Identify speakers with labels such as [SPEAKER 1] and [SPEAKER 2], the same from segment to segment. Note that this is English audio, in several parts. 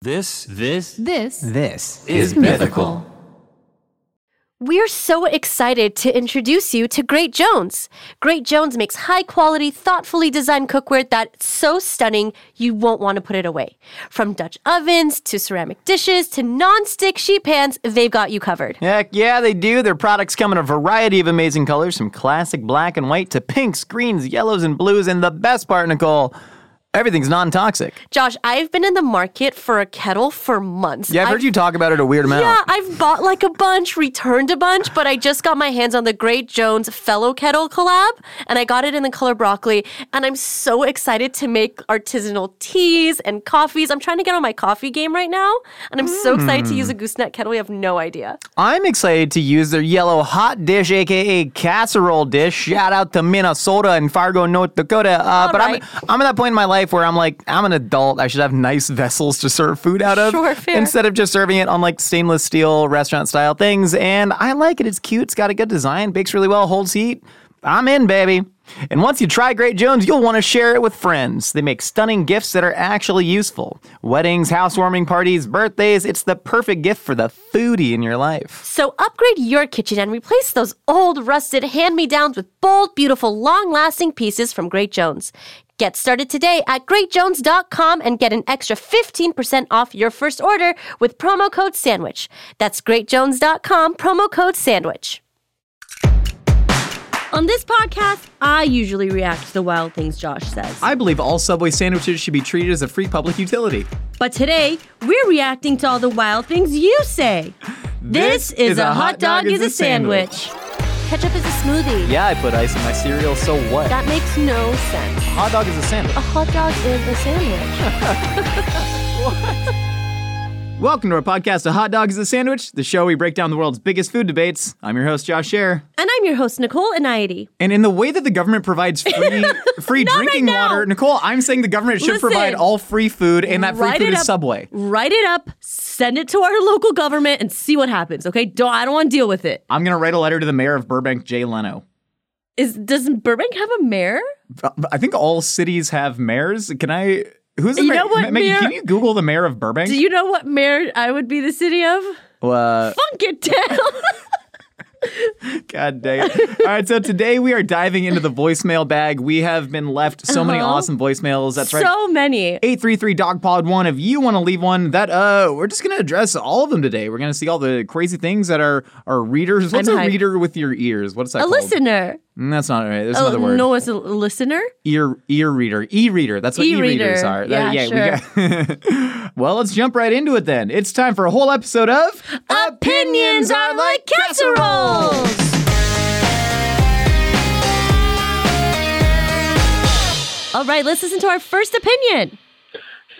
[SPEAKER 1] This this
[SPEAKER 2] This
[SPEAKER 3] This
[SPEAKER 1] is mythical.
[SPEAKER 4] We're so excited to introduce you to Great Jones. Great Jones makes high quality, thoughtfully designed cookware that's so stunning you won't want to put it away. From Dutch ovens to ceramic dishes to non-stick sheet pans, they've got you covered.
[SPEAKER 3] Heck yeah, they do. Their products come in a variety of amazing colors, from classic black and white to pinks, greens, yellows, and blues. And the best part, Nicole, everything's non toxic.
[SPEAKER 4] Josh, I've been in the market for a kettle for months.
[SPEAKER 3] Yeah, I've heard you talk about it a weird amount.
[SPEAKER 4] Yeah, I've bought like a bunch, returned a bunch, but I just got my hands on the Great Jones Fellow Kettle collab, and I got it in the color broccoli. And I'm so excited to make artisanal teas and coffees. I'm trying to get on my coffee game right now, and I'm so excited to use a gooseneck kettle. You have no idea.
[SPEAKER 3] I'm excited to use their yellow hot dish, aka casserole dish. Shout out to Minnesota and Fargo, North Dakota. Uh, but
[SPEAKER 4] right.
[SPEAKER 3] I'm I'm at that point in my life where I'm like, I'm an adult. I should have nice vessels to serve food out of,
[SPEAKER 4] Sure, fair.
[SPEAKER 3] instead of just serving it on like stainless steel restaurant style things. And I like it. It's cute. It's got a good design. Bakes really well. Holds heat. I'm in, baby. And once you try Great Jones, you'll want to share it with friends. They make stunning gifts that are actually useful. Weddings, housewarming parties, birthdays, it's the perfect gift for the foodie in your life.
[SPEAKER 4] So upgrade your kitchen and replace those old, rusted hand me downs with bold, beautiful, long lasting pieces from Great Jones. Get started today at greatjones.com and get an extra 15% off your first order with promo code SANDWICH. That's greatjones.com, promo code SANDWICH. On this podcast, I usually react to the wild things Josh says.
[SPEAKER 3] I believe all Subway sandwiches should be treated as a free public utility.
[SPEAKER 4] But today, we're reacting to all the wild things you say.
[SPEAKER 3] This is a hot dog is a sandwich.
[SPEAKER 4] Ketchup is a smoothie.
[SPEAKER 3] Yeah, I put ice in my cereal, so what?
[SPEAKER 4] That makes no sense.
[SPEAKER 3] Hot dog is a sandwich.
[SPEAKER 4] A hot dog is a sandwich.
[SPEAKER 3] Welcome to our podcast, A Hot Dog is a Sandwich, the show we break down the world's biggest food debates. I'm your host, Josh Scher.
[SPEAKER 4] And I'm your host, Nicole Anaidi.
[SPEAKER 3] And in the way that the government provides free free
[SPEAKER 4] Not right
[SPEAKER 3] drinking
[SPEAKER 4] now.
[SPEAKER 3] water, Nicole, I'm saying the government should
[SPEAKER 4] Listen.
[SPEAKER 3] provide all free food, and that free
[SPEAKER 4] Write
[SPEAKER 3] food
[SPEAKER 4] it
[SPEAKER 3] is
[SPEAKER 4] up.
[SPEAKER 3] Subway.
[SPEAKER 4] Write it up, send it to our local government, and see what happens, okay? Don't, I don't want to deal with it.
[SPEAKER 3] I'm going to write a letter to the mayor of Burbank, Jay Leno.
[SPEAKER 4] Is Does Burbank have a mayor?
[SPEAKER 3] Uh, I think all cities have mayors. Can I? Who's the
[SPEAKER 4] You
[SPEAKER 3] mayor?
[SPEAKER 4] know what
[SPEAKER 3] Ma- Maggie,
[SPEAKER 4] mayor-
[SPEAKER 3] Can you Google the mayor of Burbank?
[SPEAKER 4] Do you know what mayor I would be the city of?
[SPEAKER 3] Uh,
[SPEAKER 4] Funk it down.
[SPEAKER 3] God dang it. All right, so today we are diving into the voicemail bag. We have been left so many awesome voicemails. That's right.
[SPEAKER 4] Uh-huh. so many.
[SPEAKER 3] 833 dogpod 1 if you want to leave one that uh we're just going to address all of them today. We're going to see all the crazy things that our our readers. What's
[SPEAKER 4] I'm
[SPEAKER 3] a
[SPEAKER 4] hyped.
[SPEAKER 3] reader with your ears? What's that
[SPEAKER 4] A
[SPEAKER 3] called?
[SPEAKER 4] listener.
[SPEAKER 3] Mm, That's not right. There's
[SPEAKER 4] Oh,
[SPEAKER 3] another word.
[SPEAKER 4] Uh, No, it's a listener.
[SPEAKER 3] Ear ear reader. E-reader. That's what
[SPEAKER 4] E-reader.
[SPEAKER 3] e-readers are. That-
[SPEAKER 4] Yeah,
[SPEAKER 3] we got Well, let's jump right into it then. It's time for a whole episode of
[SPEAKER 4] Opinions are like casseroles. All right, let's listen to our first opinion.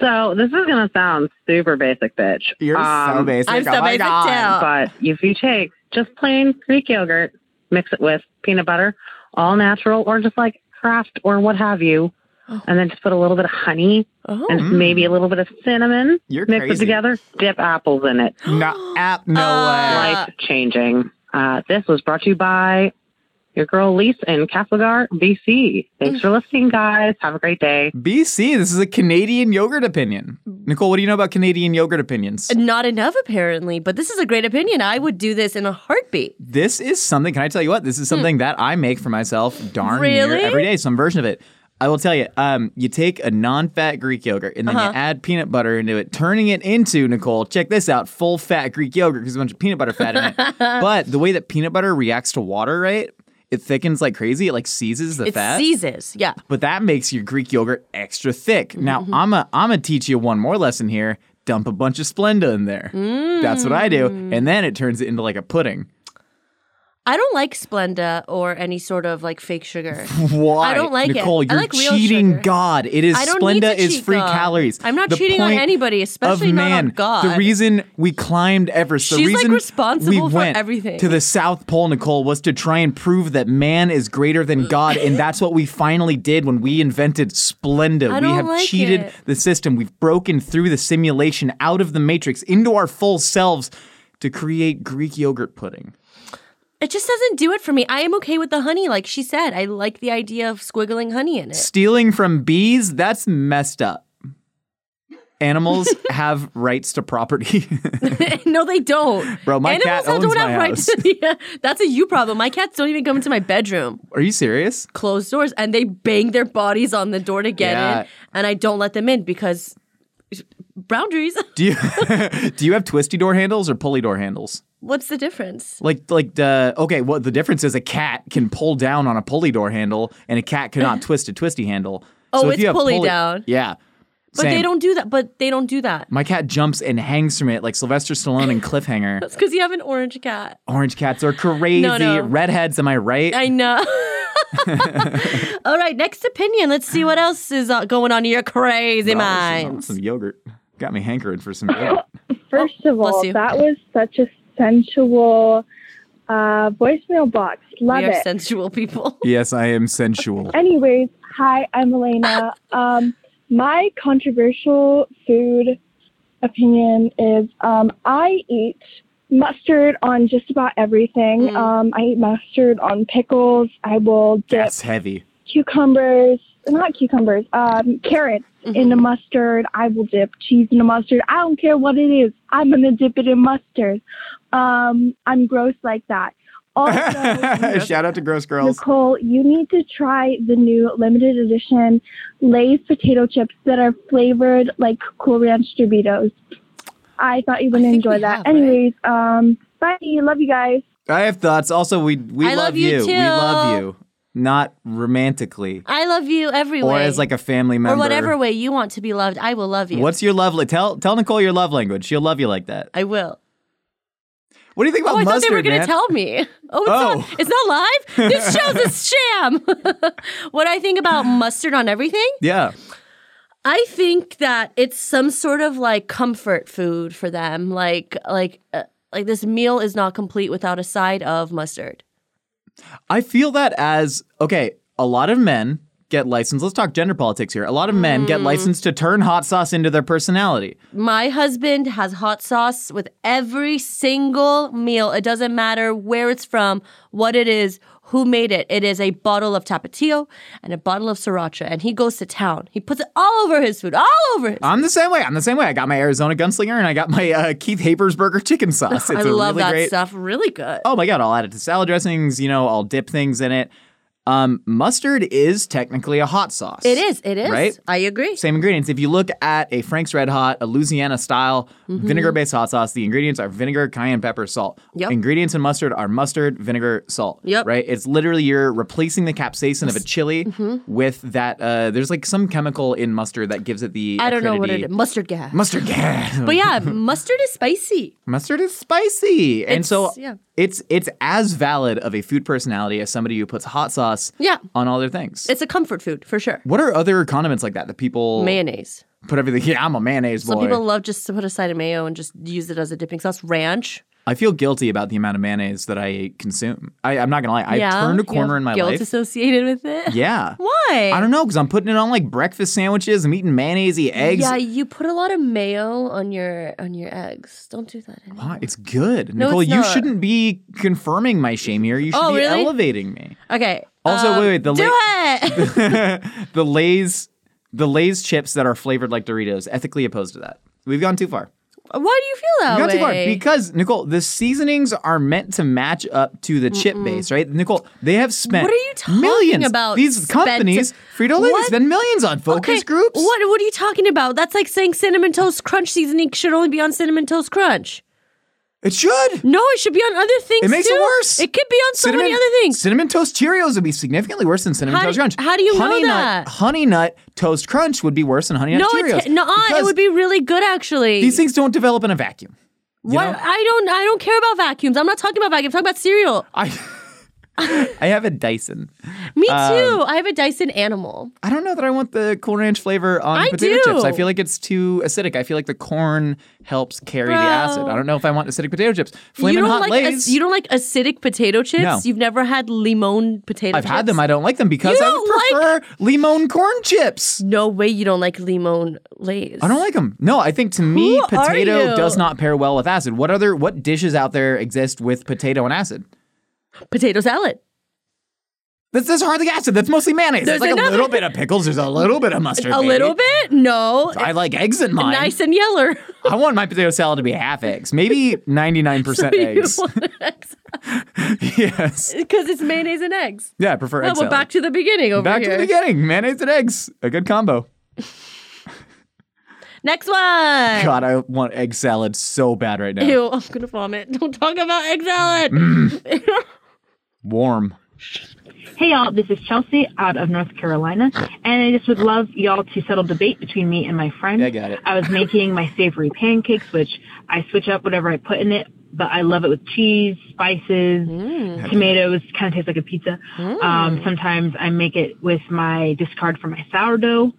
[SPEAKER 5] So this is gonna sound super basic, bitch.
[SPEAKER 3] You're so
[SPEAKER 5] Um,
[SPEAKER 3] basic.
[SPEAKER 4] I'm so
[SPEAKER 3] oh my
[SPEAKER 4] basic
[SPEAKER 3] God.
[SPEAKER 4] too.
[SPEAKER 5] But if you take just plain Greek yogurt, mix it with peanut butter, all natural, or just like Kraft or what have you,
[SPEAKER 6] Oh.
[SPEAKER 5] and then just put a little bit of honey
[SPEAKER 4] Oh.
[SPEAKER 5] and maybe a little bit of cinnamon.
[SPEAKER 3] Mm. You're
[SPEAKER 5] mix
[SPEAKER 3] crazy.
[SPEAKER 5] it together, dip apples in it.
[SPEAKER 3] No, app, no
[SPEAKER 4] Uh,
[SPEAKER 5] Life changing. Uh, this was brought to you by your girl Lise in Castlegar, BC. Thanks
[SPEAKER 6] Mm.
[SPEAKER 5] for listening, guys. Have a great day.
[SPEAKER 3] way. BC, this is a Canadian yogurt opinion. Nicole, what do you know about Canadian yogurt opinions?
[SPEAKER 4] Not enough, apparently, but this is a great opinion. I would do this in a heartbeat.
[SPEAKER 3] This is something, can I tell you what? This is something that I make for myself darn near
[SPEAKER 4] Hmm. Really?
[SPEAKER 3] every day, some version of it. I will tell you, um, you take a non fat Greek yogurt and then
[SPEAKER 4] Uh-huh.
[SPEAKER 3] you add peanut butter into it, turning it into, Nicole, check this out, full fat Greek yogurt because there's a bunch of peanut butter fat in it. but the way that peanut butter reacts to water, right? It thickens like crazy. It like seizes the
[SPEAKER 4] It
[SPEAKER 3] fat.
[SPEAKER 4] seizes. Yeah.
[SPEAKER 3] but that makes your Greek yogurt extra thick. Now
[SPEAKER 4] Mm-hmm.
[SPEAKER 3] I'm a I'm gonna teach you one more lesson here. Dump a bunch of Splenda in there. That's what I do,
[SPEAKER 4] Mm.
[SPEAKER 3] and then it turns it into like a pudding.
[SPEAKER 4] I don't like Splenda or any sort of like fake sugar.
[SPEAKER 3] Why?
[SPEAKER 4] I don't like it.
[SPEAKER 3] Nicole,
[SPEAKER 4] I
[SPEAKER 3] you're
[SPEAKER 4] like real
[SPEAKER 3] cheating
[SPEAKER 4] sugar.
[SPEAKER 3] God. It is
[SPEAKER 4] I don't
[SPEAKER 3] Splenda
[SPEAKER 4] need to
[SPEAKER 3] is
[SPEAKER 4] cheat
[SPEAKER 3] free
[SPEAKER 4] God.
[SPEAKER 3] calories.
[SPEAKER 4] I'm not
[SPEAKER 3] The
[SPEAKER 4] cheating on
[SPEAKER 3] point
[SPEAKER 4] anybody, especially
[SPEAKER 3] of
[SPEAKER 4] not on
[SPEAKER 3] man, The
[SPEAKER 4] God.
[SPEAKER 3] reason we climbed Everest, the
[SPEAKER 4] She's, like,
[SPEAKER 3] reason we
[SPEAKER 4] responsible for
[SPEAKER 3] went
[SPEAKER 4] everything.
[SPEAKER 3] to the South Pole, Nicole, was to try and prove that man is greater than God, and that's what we finally did when we invented Splenda.
[SPEAKER 4] I
[SPEAKER 3] we
[SPEAKER 4] don't
[SPEAKER 3] have
[SPEAKER 4] like
[SPEAKER 3] cheated
[SPEAKER 4] it.
[SPEAKER 3] the system. We've broken through the simulation, out of the matrix, into our full selves to create Greek yogurt pudding.
[SPEAKER 4] It just doesn't do it for me. I am okay with the honey, like she said. I like the idea of squiggling honey in it.
[SPEAKER 3] Stealing from bees, that's messed up. Animals have rights to property.
[SPEAKER 4] no, they don't.
[SPEAKER 3] Bro, my
[SPEAKER 4] Animals
[SPEAKER 3] cat
[SPEAKER 4] have-
[SPEAKER 3] owns
[SPEAKER 4] don't
[SPEAKER 3] my
[SPEAKER 4] have right
[SPEAKER 3] house.
[SPEAKER 4] to. Yeah, that's a you problem. My cats don't even come into my bedroom.
[SPEAKER 3] Are you serious?
[SPEAKER 4] Closed doors, and they bang their bodies on the door to get
[SPEAKER 3] Yeah.
[SPEAKER 4] in, and I don't let them in because boundaries.
[SPEAKER 3] Do you do you have twisty door handles or pulley door handles?
[SPEAKER 4] What's the difference?
[SPEAKER 3] Like like the okay, well the difference is a cat can pull down on a pulley door handle and a cat cannot twist a twisty handle.
[SPEAKER 4] Oh,
[SPEAKER 3] if
[SPEAKER 4] it's
[SPEAKER 3] you have
[SPEAKER 4] pulley down.
[SPEAKER 3] Yeah.
[SPEAKER 4] But they don't do that. But they don't do that.
[SPEAKER 3] My cat jumps and hangs from it like Sylvester Stallone in Cliffhanger.
[SPEAKER 4] That's because you have an orange cat.
[SPEAKER 3] Orange cats are crazy.
[SPEAKER 4] No, no.
[SPEAKER 3] Redheads, am I right?
[SPEAKER 4] I know. All right, next opinion. Let's see what else is uh, going on in your crazy
[SPEAKER 3] Oh, this is
[SPEAKER 4] minds.
[SPEAKER 3] Some yogurt. Got me hankering for some yogurt.
[SPEAKER 7] First of
[SPEAKER 4] Oh, bless
[SPEAKER 7] all,
[SPEAKER 4] you.
[SPEAKER 7] that was such a sensual uh, voicemail box. Love
[SPEAKER 4] we are
[SPEAKER 7] it.
[SPEAKER 4] sensual people.
[SPEAKER 3] yes, I am sensual.
[SPEAKER 7] Anyways, hi, I'm Elena. um, my controversial food opinion is um, I eat mustard on just about everything.
[SPEAKER 4] Mm.
[SPEAKER 7] Um, I eat mustard on pickles. I will dip
[SPEAKER 3] That's heavy.
[SPEAKER 7] cucumbers, not cucumbers, um, carrots
[SPEAKER 4] Mm-hmm.
[SPEAKER 7] in the mustard. I will dip cheese in the mustard. I don't care what it is. I'm gonna dip it in mustard. Um, I'm gross like that. Also,
[SPEAKER 3] Shout out to Gross Girls.
[SPEAKER 7] Nicole, you need to try the new limited edition Lay's potato chips that are flavored like Cool Ranch Doritos. I thought you would
[SPEAKER 4] I think we
[SPEAKER 7] enjoy that.
[SPEAKER 4] have, right?
[SPEAKER 7] Anyways, um, bye. Love you guys.
[SPEAKER 3] I have thoughts. Also, we we
[SPEAKER 4] I love you
[SPEAKER 3] We
[SPEAKER 4] too.
[SPEAKER 3] love you. Not romantically.
[SPEAKER 4] I love you every
[SPEAKER 3] Or
[SPEAKER 4] way.
[SPEAKER 3] as like a family
[SPEAKER 4] or
[SPEAKER 3] member.
[SPEAKER 4] whatever way you want to be loved, I will love you.
[SPEAKER 3] What's your love la- tell tell Nicole your love language. She'll love you like that.
[SPEAKER 4] I will.
[SPEAKER 3] What do you think
[SPEAKER 4] Oh,
[SPEAKER 3] about
[SPEAKER 4] I thought
[SPEAKER 3] mustard?
[SPEAKER 4] they were going to
[SPEAKER 3] man?
[SPEAKER 4] tell me. Oh, it's,
[SPEAKER 3] Oh.
[SPEAKER 4] Not, it's not live? This show's a sham. what I think about mustard on everything?
[SPEAKER 3] yeah.
[SPEAKER 4] I think that it's some sort of like comfort food for them. Like, like, uh, like this meal is not complete without a side of mustard.
[SPEAKER 3] I feel that as okay, a lot of men get licensed. Let's talk gender politics here. A lot of men
[SPEAKER 4] Mm.
[SPEAKER 3] get licensed to turn hot sauce into their personality.
[SPEAKER 4] My husband has hot sauce with every single meal. It doesn't matter where it's from, what it is, who made it. It is a bottle of Tapatio and a bottle of Sriracha, and he goes to town. He puts it all over his food, all over his.
[SPEAKER 3] I'm the same way. I'm the same way. I got my Arizona Gunslinger and I got my uh, Keith Habersberger chicken sauce. It's
[SPEAKER 4] I
[SPEAKER 3] a
[SPEAKER 4] love
[SPEAKER 3] really
[SPEAKER 4] that
[SPEAKER 3] great.
[SPEAKER 4] stuff. Really good.
[SPEAKER 3] Oh my god! I'll add it to salad dressings. You know, I'll dip things in it. Um, mustard is technically a hot sauce.
[SPEAKER 4] It is. It is.
[SPEAKER 3] Right?
[SPEAKER 4] I agree.
[SPEAKER 3] Same ingredients. If you look at a Frank's Red Hot, a Louisiana style
[SPEAKER 4] Mm-hmm.
[SPEAKER 3] vinegar based hot sauce, the ingredients are vinegar, cayenne pepper, salt.
[SPEAKER 4] Yep.
[SPEAKER 3] Ingredients in mustard are mustard, vinegar, salt.
[SPEAKER 4] Yep.
[SPEAKER 3] Right? It's literally you're replacing the capsaicin of a chili
[SPEAKER 4] Mm-hmm.
[SPEAKER 3] with that. Uh, there's like some chemical in mustard that gives it the.
[SPEAKER 4] I don't know what
[SPEAKER 3] acridity.
[SPEAKER 4] it is. Mustard gas.
[SPEAKER 3] Mustard gas.
[SPEAKER 4] but yeah, mustard is spicy.
[SPEAKER 3] Mustard is spicy, and
[SPEAKER 4] It's-
[SPEAKER 3] so
[SPEAKER 4] yeah.
[SPEAKER 3] it's it's as valid of a food personality as somebody who puts hot sauce
[SPEAKER 4] Yeah.
[SPEAKER 3] on all their things.
[SPEAKER 4] It's a comfort food for sure.
[SPEAKER 3] what are other condiments like that that people
[SPEAKER 4] Mayonnaise.
[SPEAKER 3] put everything? Yeah, I'm a mayonnaise boy.
[SPEAKER 4] Some people love just to put a side of mayo and just use it as a dipping sauce. Ranch.
[SPEAKER 3] I feel guilty about the amount of mayonnaise that I consume. I, I'm not gonna lie, I've
[SPEAKER 4] yeah.
[SPEAKER 3] turned a
[SPEAKER 4] You
[SPEAKER 3] corner
[SPEAKER 4] have
[SPEAKER 3] in my
[SPEAKER 4] guilt
[SPEAKER 3] life.
[SPEAKER 4] associated with it.
[SPEAKER 3] yeah,
[SPEAKER 4] Why?
[SPEAKER 3] I don't know because I'm putting it on like breakfast sandwiches. I'm eating mayonnaisey eggs.
[SPEAKER 4] Yeah, you put a lot of mayo on your on your eggs. Don't do that anymore.
[SPEAKER 3] Why? It's good,
[SPEAKER 4] No,
[SPEAKER 3] Nicole.
[SPEAKER 4] it's
[SPEAKER 3] you
[SPEAKER 4] not.
[SPEAKER 3] shouldn't be confirming my shame here. You should
[SPEAKER 4] Oh,
[SPEAKER 3] be
[SPEAKER 4] really?
[SPEAKER 3] elevating me.
[SPEAKER 4] Okay.
[SPEAKER 3] Also,
[SPEAKER 4] um,
[SPEAKER 3] wait, wait, the
[SPEAKER 4] do
[SPEAKER 3] la-
[SPEAKER 4] it.
[SPEAKER 3] the Lay's the Lay's chips that are flavored like Doritos, ethically opposed to that. We've gone too far.
[SPEAKER 4] Why do you feel that
[SPEAKER 3] We've gone
[SPEAKER 4] way?
[SPEAKER 3] too far because Nicole, the seasonings are meant to match up to the chip base, right? Nicole, they have spent
[SPEAKER 4] What are you talking
[SPEAKER 3] millions
[SPEAKER 4] about?
[SPEAKER 3] These
[SPEAKER 4] Spent-
[SPEAKER 3] companies, Frito Lay,
[SPEAKER 4] What?
[SPEAKER 3] spend millions on focus
[SPEAKER 4] okay,
[SPEAKER 3] groups.
[SPEAKER 4] What What are you talking about? That's like saying cinnamon toast crunch seasoning should only be on cinnamon toast crunch.
[SPEAKER 3] It should.
[SPEAKER 4] No, it should be on other things.
[SPEAKER 3] It makes it
[SPEAKER 4] too.
[SPEAKER 3] worse.
[SPEAKER 4] It could be on so many other things.
[SPEAKER 3] Cinnamon Toast Cheerios would be significantly worse than Cinnamon
[SPEAKER 4] How
[SPEAKER 3] Toast
[SPEAKER 4] do-
[SPEAKER 3] Crunch.
[SPEAKER 4] how do you know
[SPEAKER 3] honey
[SPEAKER 4] that?
[SPEAKER 3] Nut, honey Nut Toast Crunch would be worse than Honey Nut
[SPEAKER 4] No,
[SPEAKER 3] Cheerios.
[SPEAKER 4] it's, no, it
[SPEAKER 3] because
[SPEAKER 4] would be really good actually.
[SPEAKER 3] These things don't develop in a vacuum. you
[SPEAKER 4] What?
[SPEAKER 3] know?
[SPEAKER 4] I don't. I don't care about vacuums. I'm not talking about vacuums. I'm talking about cereal.
[SPEAKER 3] I, I have a Dyson.
[SPEAKER 4] Me too.
[SPEAKER 3] Um,
[SPEAKER 4] I have a Dyson animal.
[SPEAKER 3] I don't know that I want the Cool Ranch flavor on
[SPEAKER 4] I
[SPEAKER 3] potato
[SPEAKER 4] do.
[SPEAKER 3] chips. I feel like it's too acidic. I feel like the corn helps carry
[SPEAKER 4] Bro.
[SPEAKER 3] the acid. I don't know if I want acidic potato chips.
[SPEAKER 4] you
[SPEAKER 3] Flamin'
[SPEAKER 4] don't
[SPEAKER 3] Hot
[SPEAKER 4] like ac-
[SPEAKER 3] Lays.
[SPEAKER 4] you don't like acidic potato chips.
[SPEAKER 3] No.
[SPEAKER 4] You've never had limon potato.
[SPEAKER 3] I've
[SPEAKER 4] chips?
[SPEAKER 3] had them. I don't like them because
[SPEAKER 4] You
[SPEAKER 3] I would
[SPEAKER 4] don't
[SPEAKER 3] prefer limon corn chips.
[SPEAKER 4] no way. You don't like limon lays.
[SPEAKER 3] I don't like them. No, I think to me,
[SPEAKER 4] Who are
[SPEAKER 3] potato
[SPEAKER 4] you?
[SPEAKER 3] does not pair well with acid. What other what dishes out there exist with potato and acid?
[SPEAKER 4] potato salad.
[SPEAKER 3] This is hardly acid. That's mostly mayonnaise. There's
[SPEAKER 4] There's
[SPEAKER 3] like
[SPEAKER 4] another-
[SPEAKER 3] a little bit of pickles. There's a little bit of mustard.
[SPEAKER 4] A
[SPEAKER 3] baby.
[SPEAKER 4] little bit? No.
[SPEAKER 3] I like eggs in mine.
[SPEAKER 4] Nice and yeller.
[SPEAKER 3] I want my potato salad to be half eggs, maybe 99% eggs. yes.
[SPEAKER 4] Because it's mayonnaise and eggs.
[SPEAKER 3] Yeah, I prefer
[SPEAKER 4] Well,
[SPEAKER 3] eggs.
[SPEAKER 4] we're back to the beginning over
[SPEAKER 3] back
[SPEAKER 4] here.
[SPEAKER 3] to the beginning. Mayonnaise and eggs. A good combo.
[SPEAKER 4] Next one.
[SPEAKER 3] God, I want egg salad so bad right now.
[SPEAKER 4] Ew, I'm gonna vomit. Don't talk about egg salad.
[SPEAKER 3] Mm. Warm.
[SPEAKER 6] Hey y'all, this is Chelsea out of North Carolina, and I just would love y'all to settle debate between me and my friend.
[SPEAKER 3] I got it.
[SPEAKER 6] I was making my savory pancakes, which I switch up whatever I put in it, but I love it with cheese, spices, tomatoes. Kind of tastes like a pizza.
[SPEAKER 8] Mm.
[SPEAKER 6] Um, sometimes I make it with my discard from my sourdough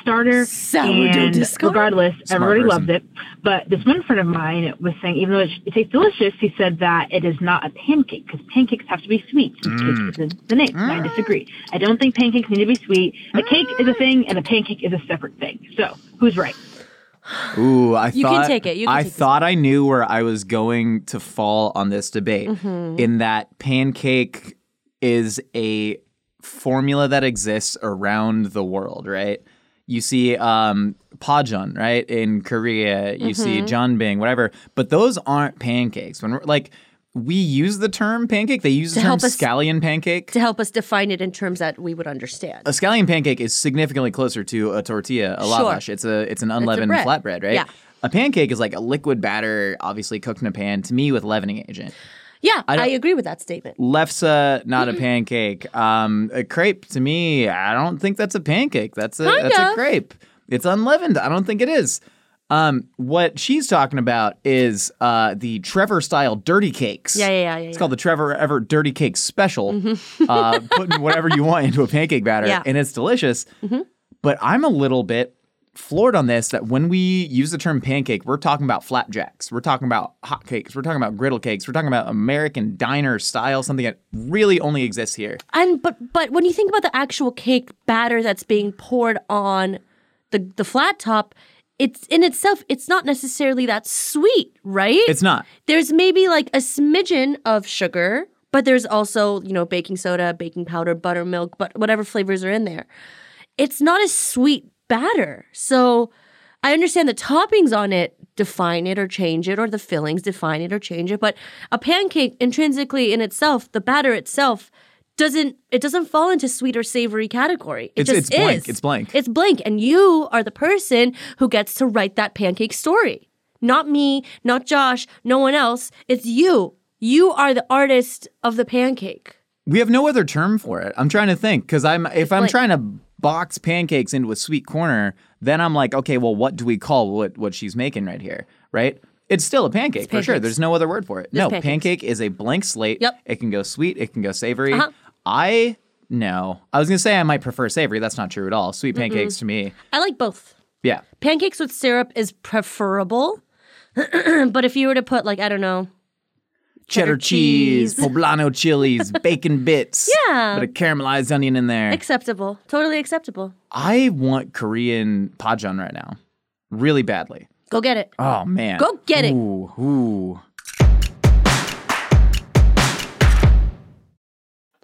[SPEAKER 6] starter.
[SPEAKER 4] Mm. Sourdough
[SPEAKER 6] and
[SPEAKER 4] discard?
[SPEAKER 6] Regardless, everybody
[SPEAKER 3] person.
[SPEAKER 6] loved it. But this one friend of mine was saying, even though it, it tastes delicious, he said that it is not a pancake because pancakes have to be sweet. Cake is the name. and
[SPEAKER 4] Mm.
[SPEAKER 6] I disagree. I don't think pancakes need to be sweet. A cake is a thing, and a pancake is a separate thing. So who's right?
[SPEAKER 3] Ooh, I
[SPEAKER 4] You can
[SPEAKER 3] thought
[SPEAKER 4] take it. You can
[SPEAKER 3] I
[SPEAKER 4] take this
[SPEAKER 3] thought I knew where I was going to fall on this debate
[SPEAKER 4] Mm-hmm.
[SPEAKER 3] in that pancake is a formula that exists around the world, right? You see um Pajun, right? In Korea, you see
[SPEAKER 4] Mm-hmm.
[SPEAKER 3] Janbing, whatever. But those aren't pancakes. When we're like we use the term pancake, they use the term
[SPEAKER 4] help us-
[SPEAKER 3] scallion pancake.
[SPEAKER 4] to help us define it in terms that we would understand.
[SPEAKER 3] a scallion pancake is significantly closer to a tortilla, a lavash. It's a it's an unleavened
[SPEAKER 4] bread.
[SPEAKER 3] flatbread, right?
[SPEAKER 4] Yeah.
[SPEAKER 3] A pancake is like a liquid batter, obviously cooked in a pan. To me, with leavening agent,
[SPEAKER 4] Yeah, I,
[SPEAKER 3] don't-
[SPEAKER 4] agree with that statement.
[SPEAKER 3] lefse not
[SPEAKER 4] Mm-hmm.
[SPEAKER 3] a pancake. Um, a crepe to me, I don't think that's a pancake. That's a that's
[SPEAKER 4] Kinda.
[SPEAKER 3] a crepe. It's unleavened. I don't think it is. Um, what she's talking about is uh, the Trevor style dirty cakes.
[SPEAKER 4] Yeah, yeah, yeah, yeah. Mm-hmm.
[SPEAKER 3] It's called the Trevor Everett Dirty Cake Special. Uh, putting whatever you want into a pancake batter,
[SPEAKER 4] Yeah.
[SPEAKER 3] and it's delicious. But I'm a little bit floored on this that when we use the term pancake, we're talking about flapjacks, we're talking about hot cakes, we're talking about griddle cakes, we're talking about American diner style, something that really only exists here.
[SPEAKER 4] And but but when you think about the actual cake batter that's being poured on the the flat top, it's in itself it's not necessarily that sweet, right?
[SPEAKER 3] It's not.
[SPEAKER 4] there's maybe like a smidgen of sugar, but there's also, you know, baking soda, baking powder, buttermilk, but whatever flavors are in there. It's not a sweet batter. So I understand the toppings on it define it or change it, or the fillings define it or change it. But a pancake intrinsically in itself, the batter itself, doesn't it doesn't fall into sweet or savory category. It
[SPEAKER 3] It's-
[SPEAKER 4] just
[SPEAKER 3] it's blank.
[SPEAKER 4] is.
[SPEAKER 3] It's blank.
[SPEAKER 4] It's blank. And you are the person who gets to write that pancake story. Not me, not Josh, no one else. It's you. You are the artist of the pancake.
[SPEAKER 3] We have no other term for it. I'm trying to think because I'm if I'm
[SPEAKER 4] like-
[SPEAKER 3] trying to box pancakes into a sweet corner, then I'm like, okay, well, what do we call what what she's making right here, right? It's still a pancake for sure.
[SPEAKER 4] pancakes.
[SPEAKER 3] There's no other word for it. no,
[SPEAKER 4] pancakes.
[SPEAKER 3] pancake is a blank slate.
[SPEAKER 4] Yep.
[SPEAKER 3] It can go sweet. It can go savory.
[SPEAKER 4] Uh-huh.
[SPEAKER 3] I no. I was gonna say I might prefer savory. That's not true at all. Sweet pancakes to me,
[SPEAKER 4] I like both.
[SPEAKER 3] yeah.
[SPEAKER 4] Pancakes with syrup is preferable. but if you were to put like, I don't know,
[SPEAKER 3] Cheddar,
[SPEAKER 4] Cheddar
[SPEAKER 3] cheese, poblano chilies, bacon bits,
[SPEAKER 4] Yeah.
[SPEAKER 3] but a caramelized onion in there.
[SPEAKER 4] acceptable. Totally acceptable.
[SPEAKER 3] I want Korean pajan right now, really badly.
[SPEAKER 4] Go get it.
[SPEAKER 3] Oh man.
[SPEAKER 4] Go get it.
[SPEAKER 3] Ooh, ooh.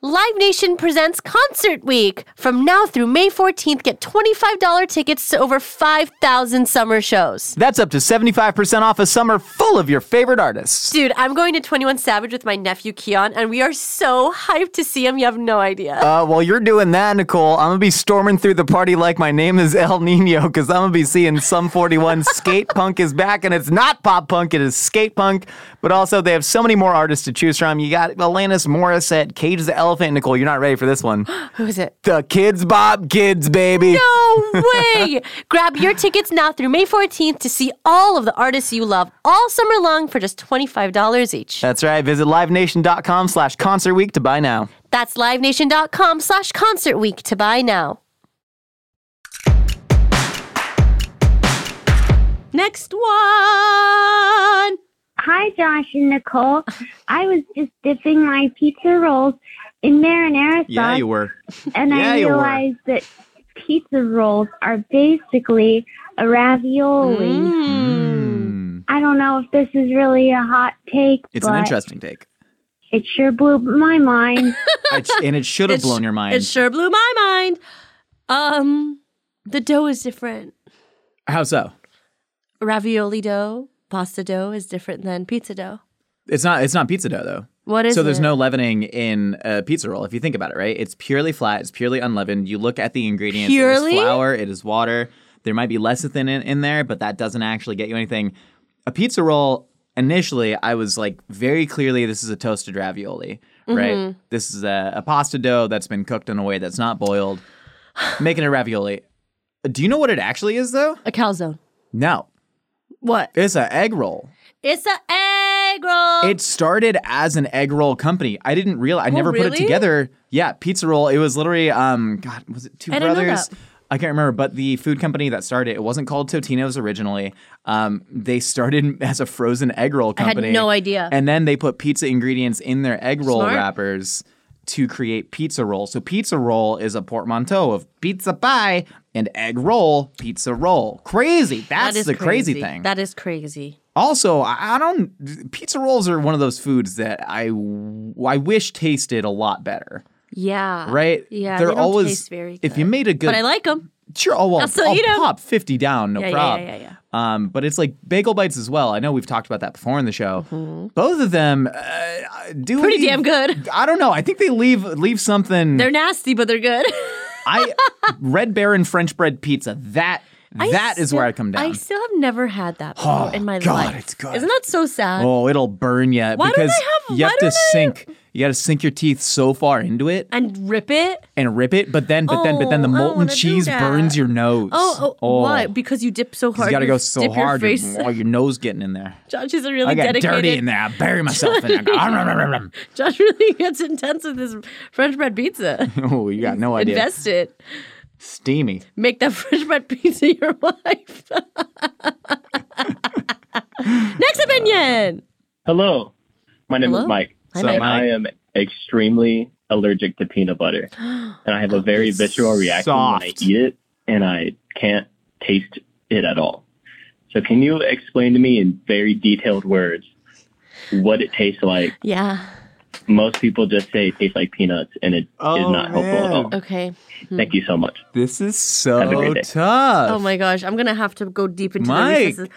[SPEAKER 9] Live Nation presents Concert Week. From now through May 14th, get $25 tickets to over 5,000 summer shows.
[SPEAKER 3] That's up to 75% off a summer full of your favorite artists.
[SPEAKER 9] Dude, I'm going to 21 Savage with my nephew Keon, and we are so hyped to see him. You have no idea.
[SPEAKER 3] Uh, while you're doing that, Nicole, I'm gonna be storming through the party like my name is El Nino, because I'm gonna be seeing some 41 skate punk is back, and it's not pop punk, it is skate punk. But also, they have so many more artists to choose from. You got Alanis Morissette, Cage the Elephant. Nicole, you're not ready for this one.
[SPEAKER 9] Who is it?
[SPEAKER 3] the Kids Bob Kids, baby.
[SPEAKER 9] No way! Grab your tickets now through May 14th to see all of the artists you love all summer long for just $25 each.
[SPEAKER 3] That's right. Visit livenation.com slash concert week to buy now.
[SPEAKER 9] That's livenation.com slash concert week to buy now.
[SPEAKER 4] Next one.
[SPEAKER 10] Hi, Josh and Nicole. I was just dipping my pizza rolls in marinara sauce,
[SPEAKER 3] were.
[SPEAKER 10] and
[SPEAKER 3] yeah,
[SPEAKER 10] I
[SPEAKER 3] you were.
[SPEAKER 10] realized that pizza rolls are basically a ravioli.
[SPEAKER 3] Mm.
[SPEAKER 4] Hmm.
[SPEAKER 10] I don't know if this is really a hot take,
[SPEAKER 3] Mmm. It's
[SPEAKER 10] but
[SPEAKER 3] an interesting take.
[SPEAKER 10] It sure blew my mind.
[SPEAKER 3] It's, and it should have
[SPEAKER 4] It's-
[SPEAKER 3] blown your mind.
[SPEAKER 4] It sure blew my mind. Um, the dough is different.
[SPEAKER 3] How so?
[SPEAKER 4] Ravioli dough, pasta dough is different than pizza dough.
[SPEAKER 3] It's not. It's not pizza dough though.
[SPEAKER 4] What is
[SPEAKER 3] so there's
[SPEAKER 4] it?
[SPEAKER 3] no leavening in a pizza roll if you think about it, right? It's purely flat. It's purely unleavened. You look at the ingredients. It
[SPEAKER 4] Purely?
[SPEAKER 3] is flour. It is water. There might be lecithin in, in there, but that doesn't actually get you anything. A pizza roll. Initially, I was like very clearly, this is a toasted ravioli, right?
[SPEAKER 4] Mm-hmm.
[SPEAKER 3] This is a, a pasta dough that's been cooked in a way that's not boiled, making a ravioli. Do you know what it actually is though?
[SPEAKER 4] a calzone.
[SPEAKER 3] No,
[SPEAKER 4] What?
[SPEAKER 3] it's an egg roll.
[SPEAKER 4] It's a egg roll.
[SPEAKER 3] It started as an egg roll company. I didn't realize. I never put it
[SPEAKER 4] Oh, really?
[SPEAKER 3] together. Yeah, pizza roll. It was literally um, God, was it two
[SPEAKER 4] I didn't know
[SPEAKER 3] brothers?
[SPEAKER 4] that.
[SPEAKER 3] I can't remember. But the food company that started it wasn't called Totino's originally. Um, they started as a frozen egg roll
[SPEAKER 4] had
[SPEAKER 3] company.
[SPEAKER 4] no idea.
[SPEAKER 3] And then they put pizza ingredients in their egg roll
[SPEAKER 4] Smart.
[SPEAKER 3] wrappers to create pizza roll. So pizza roll is a portmanteau of pizza pie and egg roll, pizza roll. Crazy. That's the crazy, thing.
[SPEAKER 4] That is crazy.
[SPEAKER 3] Also, I I don't. Pizza rolls are one of those foods that I, w- I wish tasted a lot better,
[SPEAKER 4] Yeah.
[SPEAKER 3] right?
[SPEAKER 4] Yeah,
[SPEAKER 3] they're
[SPEAKER 4] they don't
[SPEAKER 3] always
[SPEAKER 4] taste very
[SPEAKER 3] if you made a good.
[SPEAKER 4] But I like them.
[SPEAKER 3] sure. Oh well,
[SPEAKER 4] I'll still
[SPEAKER 3] I'll
[SPEAKER 4] eat 'em.
[SPEAKER 3] pop fifty down, no
[SPEAKER 4] Yeah, yeah,
[SPEAKER 3] problem.
[SPEAKER 4] yeah, yeah,
[SPEAKER 3] Um, but it's like bagel bites as well. I know we've talked about that before in the show. Both of them uh, do
[SPEAKER 4] Mm-hmm. Pretty
[SPEAKER 3] leave-
[SPEAKER 4] damn good.
[SPEAKER 3] I don't know. I think they leave leave something.
[SPEAKER 4] They're nasty, but they're good.
[SPEAKER 3] I Red Baron French bread pizza. That that
[SPEAKER 4] I
[SPEAKER 3] is where I
[SPEAKER 4] still-
[SPEAKER 3] come down.
[SPEAKER 4] I still have never had that
[SPEAKER 3] Oh,
[SPEAKER 4] before in my
[SPEAKER 3] God,
[SPEAKER 4] life.
[SPEAKER 3] it's good.
[SPEAKER 4] Isn't that so sad?
[SPEAKER 3] Oh, it'll burn you
[SPEAKER 4] Why don't I
[SPEAKER 3] because
[SPEAKER 4] have-
[SPEAKER 3] you
[SPEAKER 4] why
[SPEAKER 3] have to
[SPEAKER 4] don't I-
[SPEAKER 3] sink. You got to sink your teeth so far into it
[SPEAKER 4] And rip it?
[SPEAKER 3] and rip it, but then, but then, but then the
[SPEAKER 4] Oh, I don't
[SPEAKER 3] molten
[SPEAKER 4] wanna do
[SPEAKER 3] cheese
[SPEAKER 4] that.
[SPEAKER 3] burns your nose.
[SPEAKER 4] Oh, oh, why? Because you dip so
[SPEAKER 3] 'Cause
[SPEAKER 4] hard.
[SPEAKER 3] You got to go so
[SPEAKER 4] dip your
[SPEAKER 3] hard.
[SPEAKER 4] face-
[SPEAKER 3] Oh, your nose getting in there.
[SPEAKER 4] Josh is a really
[SPEAKER 3] I got
[SPEAKER 4] dedicated.
[SPEAKER 3] dirty in there. I bury myself in there.
[SPEAKER 4] Josh really gets intense with his French bread pizza.
[SPEAKER 3] oh, you got no idea.
[SPEAKER 4] Invest it.
[SPEAKER 3] Steamy.
[SPEAKER 4] Make that French bread pizza your life. Next opinion.
[SPEAKER 1] Hello. My name
[SPEAKER 4] Hello.
[SPEAKER 1] is Mike.
[SPEAKER 4] Hi,
[SPEAKER 1] so
[SPEAKER 4] Mike.
[SPEAKER 1] I am extremely allergic to peanut butter. And I have a very visceral reaction when I
[SPEAKER 3] Soft.
[SPEAKER 1] eat it and I can't taste it at all. So can you explain to me in very detailed words what it tastes like?
[SPEAKER 4] Yeah.
[SPEAKER 1] Most people just say it tastes like peanuts and it is
[SPEAKER 3] Oh,
[SPEAKER 1] not helpful at
[SPEAKER 3] man.
[SPEAKER 1] all.
[SPEAKER 4] Okay.
[SPEAKER 1] Thank you so much.
[SPEAKER 3] This is so
[SPEAKER 1] Have a great day.
[SPEAKER 3] tough.
[SPEAKER 4] Oh my gosh, I'm gonna have to go deep into
[SPEAKER 3] Mike.
[SPEAKER 4] the recesses.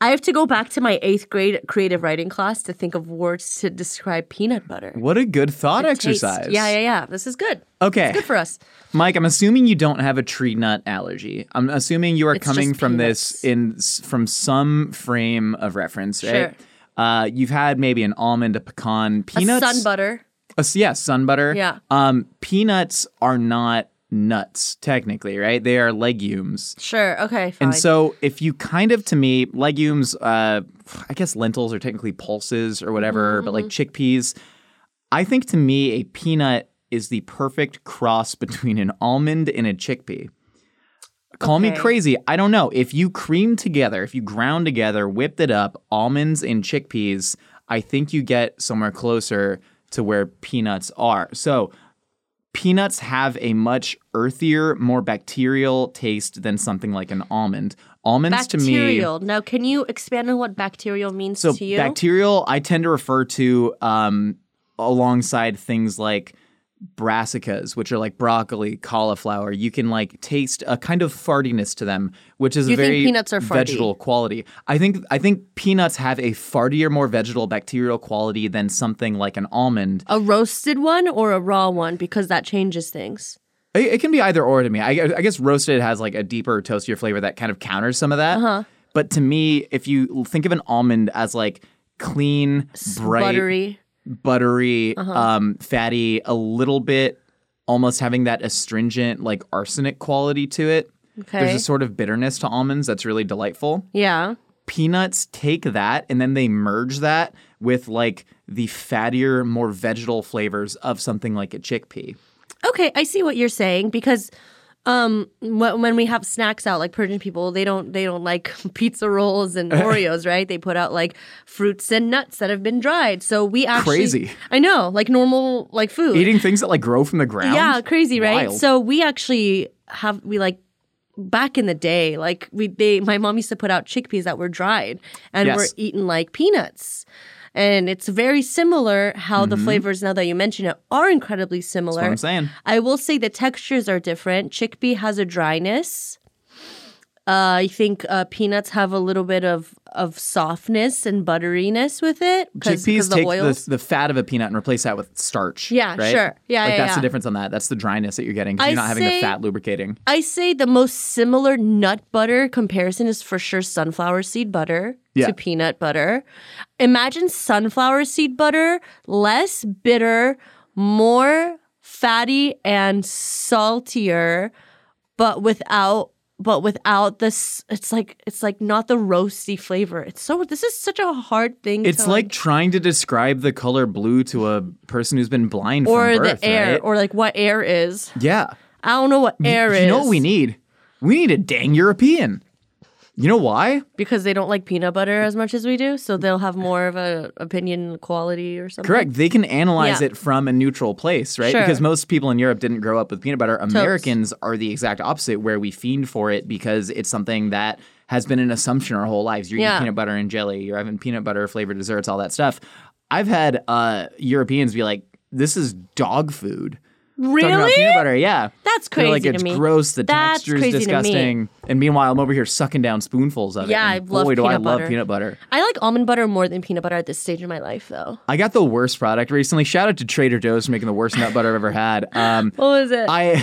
[SPEAKER 4] I have to go back to my eighth grade creative writing class to think of words to describe peanut butter.
[SPEAKER 3] What a good thought
[SPEAKER 4] Taste.
[SPEAKER 3] exercise.
[SPEAKER 4] Yeah, yeah, yeah. This is good.
[SPEAKER 3] Okay.
[SPEAKER 4] Good for us.
[SPEAKER 3] Mike, I'm assuming you don't have a tree nut allergy. I'm assuming you are
[SPEAKER 4] It's
[SPEAKER 3] coming
[SPEAKER 4] just
[SPEAKER 3] from
[SPEAKER 4] peanuts.
[SPEAKER 3] this in s- from some frame of reference, right?
[SPEAKER 4] Sure.
[SPEAKER 3] Uh, you've had maybe an almond, a pecan, peanuts.
[SPEAKER 4] A sun butter.
[SPEAKER 3] a s- yeah, sun butter.
[SPEAKER 4] Yeah.
[SPEAKER 3] Um, peanuts are not nuts technically, right? They are legumes.
[SPEAKER 4] Sure. Okay. Fine.
[SPEAKER 3] And so, if you kind of, to me, legumes, uh, I guess lentils are technically pulses or whatever, but like chickpeas, I think to me, a peanut is the perfect cross between an almond and a chickpea. Call me
[SPEAKER 4] Okay.
[SPEAKER 3] crazy. I don't know. If you cream together, if you ground together, whipped it up, almonds and chickpeas, I think you get somewhere closer to where peanuts are. So, peanuts have a much earthier, more bacterial taste than something like an almond. Almonds to me.
[SPEAKER 4] bacterial. Now, can you expand on what bacterial means
[SPEAKER 3] So
[SPEAKER 4] to you?
[SPEAKER 3] bacterial, I tend to refer to um, alongside things like brassicas, which are like broccoli, cauliflower. You can like taste a kind of fartiness to them, which is
[SPEAKER 4] You
[SPEAKER 3] a
[SPEAKER 4] think
[SPEAKER 3] very
[SPEAKER 4] peanuts are farty?
[SPEAKER 3] vegetal quality. I think I think peanuts have a fartier, more vegetal bacterial quality than something like an almond.
[SPEAKER 4] a roasted one or a raw one because that changes things.
[SPEAKER 3] It, it can be either or to me. I, I guess roasted has like a deeper, toastier flavor that kind of counters some of that. Uh-huh. But to me, if you think of an almond as like clean, bright,
[SPEAKER 4] Buttery.
[SPEAKER 3] buttery,
[SPEAKER 4] Uh-huh.
[SPEAKER 3] um, fatty, a little bit almost having that astringent, like arsenic quality to it.
[SPEAKER 4] Okay.
[SPEAKER 3] There's a sort of bitterness to almonds that's really delightful
[SPEAKER 4] yeah.
[SPEAKER 3] peanuts take that and then they merge that with like the fattier, more vegetal flavors of something like a chickpea.
[SPEAKER 4] Okay, I see what you're saying because um wh- when we have snacks out like Persian people, they don't they don't like pizza rolls and Oreos, right? They put out like fruits and nuts that have been dried. So we actually
[SPEAKER 3] Crazy.
[SPEAKER 4] I know, like normal like food.
[SPEAKER 3] Eating things that like grow from the ground.
[SPEAKER 4] Yeah, crazy, right?
[SPEAKER 3] Wild.
[SPEAKER 4] So we actually have we like back in the day, like we they my mom used to put out chickpeas that were dried and
[SPEAKER 3] Yes.
[SPEAKER 4] were eaten like peanuts. And it's very similar how the flavors, now that you mention it, are incredibly similar.
[SPEAKER 3] Mm-hmm. That's what I'm saying.
[SPEAKER 4] I will say the textures are different. Chickpea has a dryness. Uh, I think uh, peanuts have a little bit of, of softness and butteriness with it because
[SPEAKER 3] Chickpeas
[SPEAKER 4] the
[SPEAKER 3] take
[SPEAKER 4] oils.
[SPEAKER 3] the, the fat of a peanut and replace that with starch.
[SPEAKER 4] Yeah,
[SPEAKER 3] right?
[SPEAKER 4] sure. Yeah,
[SPEAKER 3] like
[SPEAKER 4] yeah,
[SPEAKER 3] that's the
[SPEAKER 4] yeah.
[SPEAKER 3] difference on that. That's the dryness that you're getting. 'cause
[SPEAKER 4] I
[SPEAKER 3] You're not having the
[SPEAKER 4] say-
[SPEAKER 3] fat lubricating.
[SPEAKER 4] I say the most similar nut butter comparison is for sure sunflower seed butter
[SPEAKER 3] Yeah.
[SPEAKER 4] to peanut butter. Imagine sunflower seed butter, less bitter, more fatty and saltier, but without but without this it's like it's like not the roasty flavor. It's so this is such a hard thing
[SPEAKER 3] It's
[SPEAKER 4] to
[SPEAKER 3] like, trying to describe the color blue to a person who's been blind
[SPEAKER 4] or
[SPEAKER 3] from birth,
[SPEAKER 4] the air
[SPEAKER 3] right?
[SPEAKER 4] or like what air is.
[SPEAKER 3] yeah.
[SPEAKER 4] I don't know what air
[SPEAKER 3] you
[SPEAKER 4] is.
[SPEAKER 3] know what we need? We need a dang European. You know why?
[SPEAKER 4] because they don't like peanut butter as much as we do, so they'll have more of a opinion quality or something.
[SPEAKER 3] Correct. They can analyze
[SPEAKER 4] Yeah.
[SPEAKER 3] it from a neutral place, right?
[SPEAKER 4] Sure.
[SPEAKER 3] Because most people in Europe didn't grow up with peanut butter. Americans are the exact opposite, where we fiend for it because it's something that has been an assumption our whole lives. You're
[SPEAKER 4] Yeah.
[SPEAKER 3] eating peanut butter and jelly, you're having peanut butter flavored desserts, all that stuff. I've had uh, Europeans be like, this is dog food. Talking about
[SPEAKER 4] Really?
[SPEAKER 3] peanut butter, yeah.
[SPEAKER 4] That's
[SPEAKER 3] They're
[SPEAKER 4] crazy
[SPEAKER 3] like,
[SPEAKER 4] to
[SPEAKER 3] it's
[SPEAKER 4] me.
[SPEAKER 3] gross, the
[SPEAKER 4] That's
[SPEAKER 3] texture's
[SPEAKER 4] crazy to me.
[SPEAKER 3] disgusting. And meanwhile, I'm over here sucking down spoonfuls of
[SPEAKER 4] Yeah,
[SPEAKER 3] it.
[SPEAKER 4] I
[SPEAKER 3] And
[SPEAKER 4] love
[SPEAKER 3] boy, do I
[SPEAKER 4] peanut
[SPEAKER 3] love
[SPEAKER 4] butter.
[SPEAKER 3] peanut butter.
[SPEAKER 4] I like almond butter more than peanut butter at this stage in my life, though.
[SPEAKER 3] I got the worst product recently. Shout out to Trader Joe's for making the worst nut butter I've ever had. Um,
[SPEAKER 4] What was it?
[SPEAKER 3] I,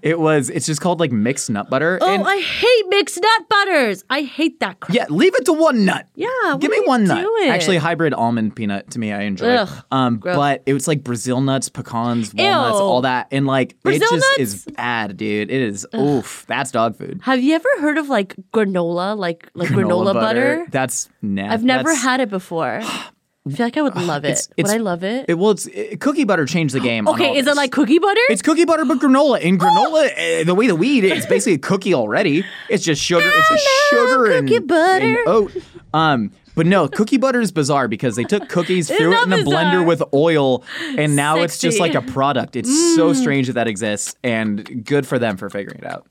[SPEAKER 3] it was, it's just called like mixed nut butter.
[SPEAKER 4] oh,
[SPEAKER 3] and
[SPEAKER 4] I hate mixed nut butters. I hate that crap.
[SPEAKER 3] yeah, leave it to one nut.
[SPEAKER 4] Yeah, what
[SPEAKER 3] Give
[SPEAKER 4] are
[SPEAKER 3] me
[SPEAKER 4] you
[SPEAKER 3] one nut.
[SPEAKER 4] doing?
[SPEAKER 3] Actually, hybrid almond peanut to me, I enjoy.
[SPEAKER 4] Ugh,
[SPEAKER 3] um,
[SPEAKER 4] gross.
[SPEAKER 3] but it was like Brazil nuts, pecans, walnuts,
[SPEAKER 4] Ew.
[SPEAKER 3] all that, and like
[SPEAKER 4] Brazil
[SPEAKER 3] it just
[SPEAKER 4] nuts?
[SPEAKER 3] is bad, dude. It is oof. That's dog food.
[SPEAKER 4] Have you ever heard of like granola, like like granola, butter?
[SPEAKER 3] That's nasty.
[SPEAKER 4] I've never had it before. I feel like I would love it.
[SPEAKER 3] it's-
[SPEAKER 4] would
[SPEAKER 3] it's-
[SPEAKER 4] I love it?
[SPEAKER 3] It, well, it's it, cookie butter changed the game. on all
[SPEAKER 4] okay, is
[SPEAKER 3] this.
[SPEAKER 4] it like cookie butter?
[SPEAKER 3] It's cookie butter, but granola. And granola, eh, the way that we eat it, it's basically a cookie already. It's just sugar. It's just sugar
[SPEAKER 4] cookie
[SPEAKER 3] and,
[SPEAKER 4] butter.
[SPEAKER 3] and oat. Um, but no, cookie butter is bizarre because they took cookies, threw it
[SPEAKER 4] not
[SPEAKER 3] in a
[SPEAKER 4] bizarre.
[SPEAKER 3] blender with oil, and now it's just
[SPEAKER 4] Sexy.
[SPEAKER 3] like
[SPEAKER 4] Mm.
[SPEAKER 3] a product. It's so strange that that exists, and good for them for figuring it out.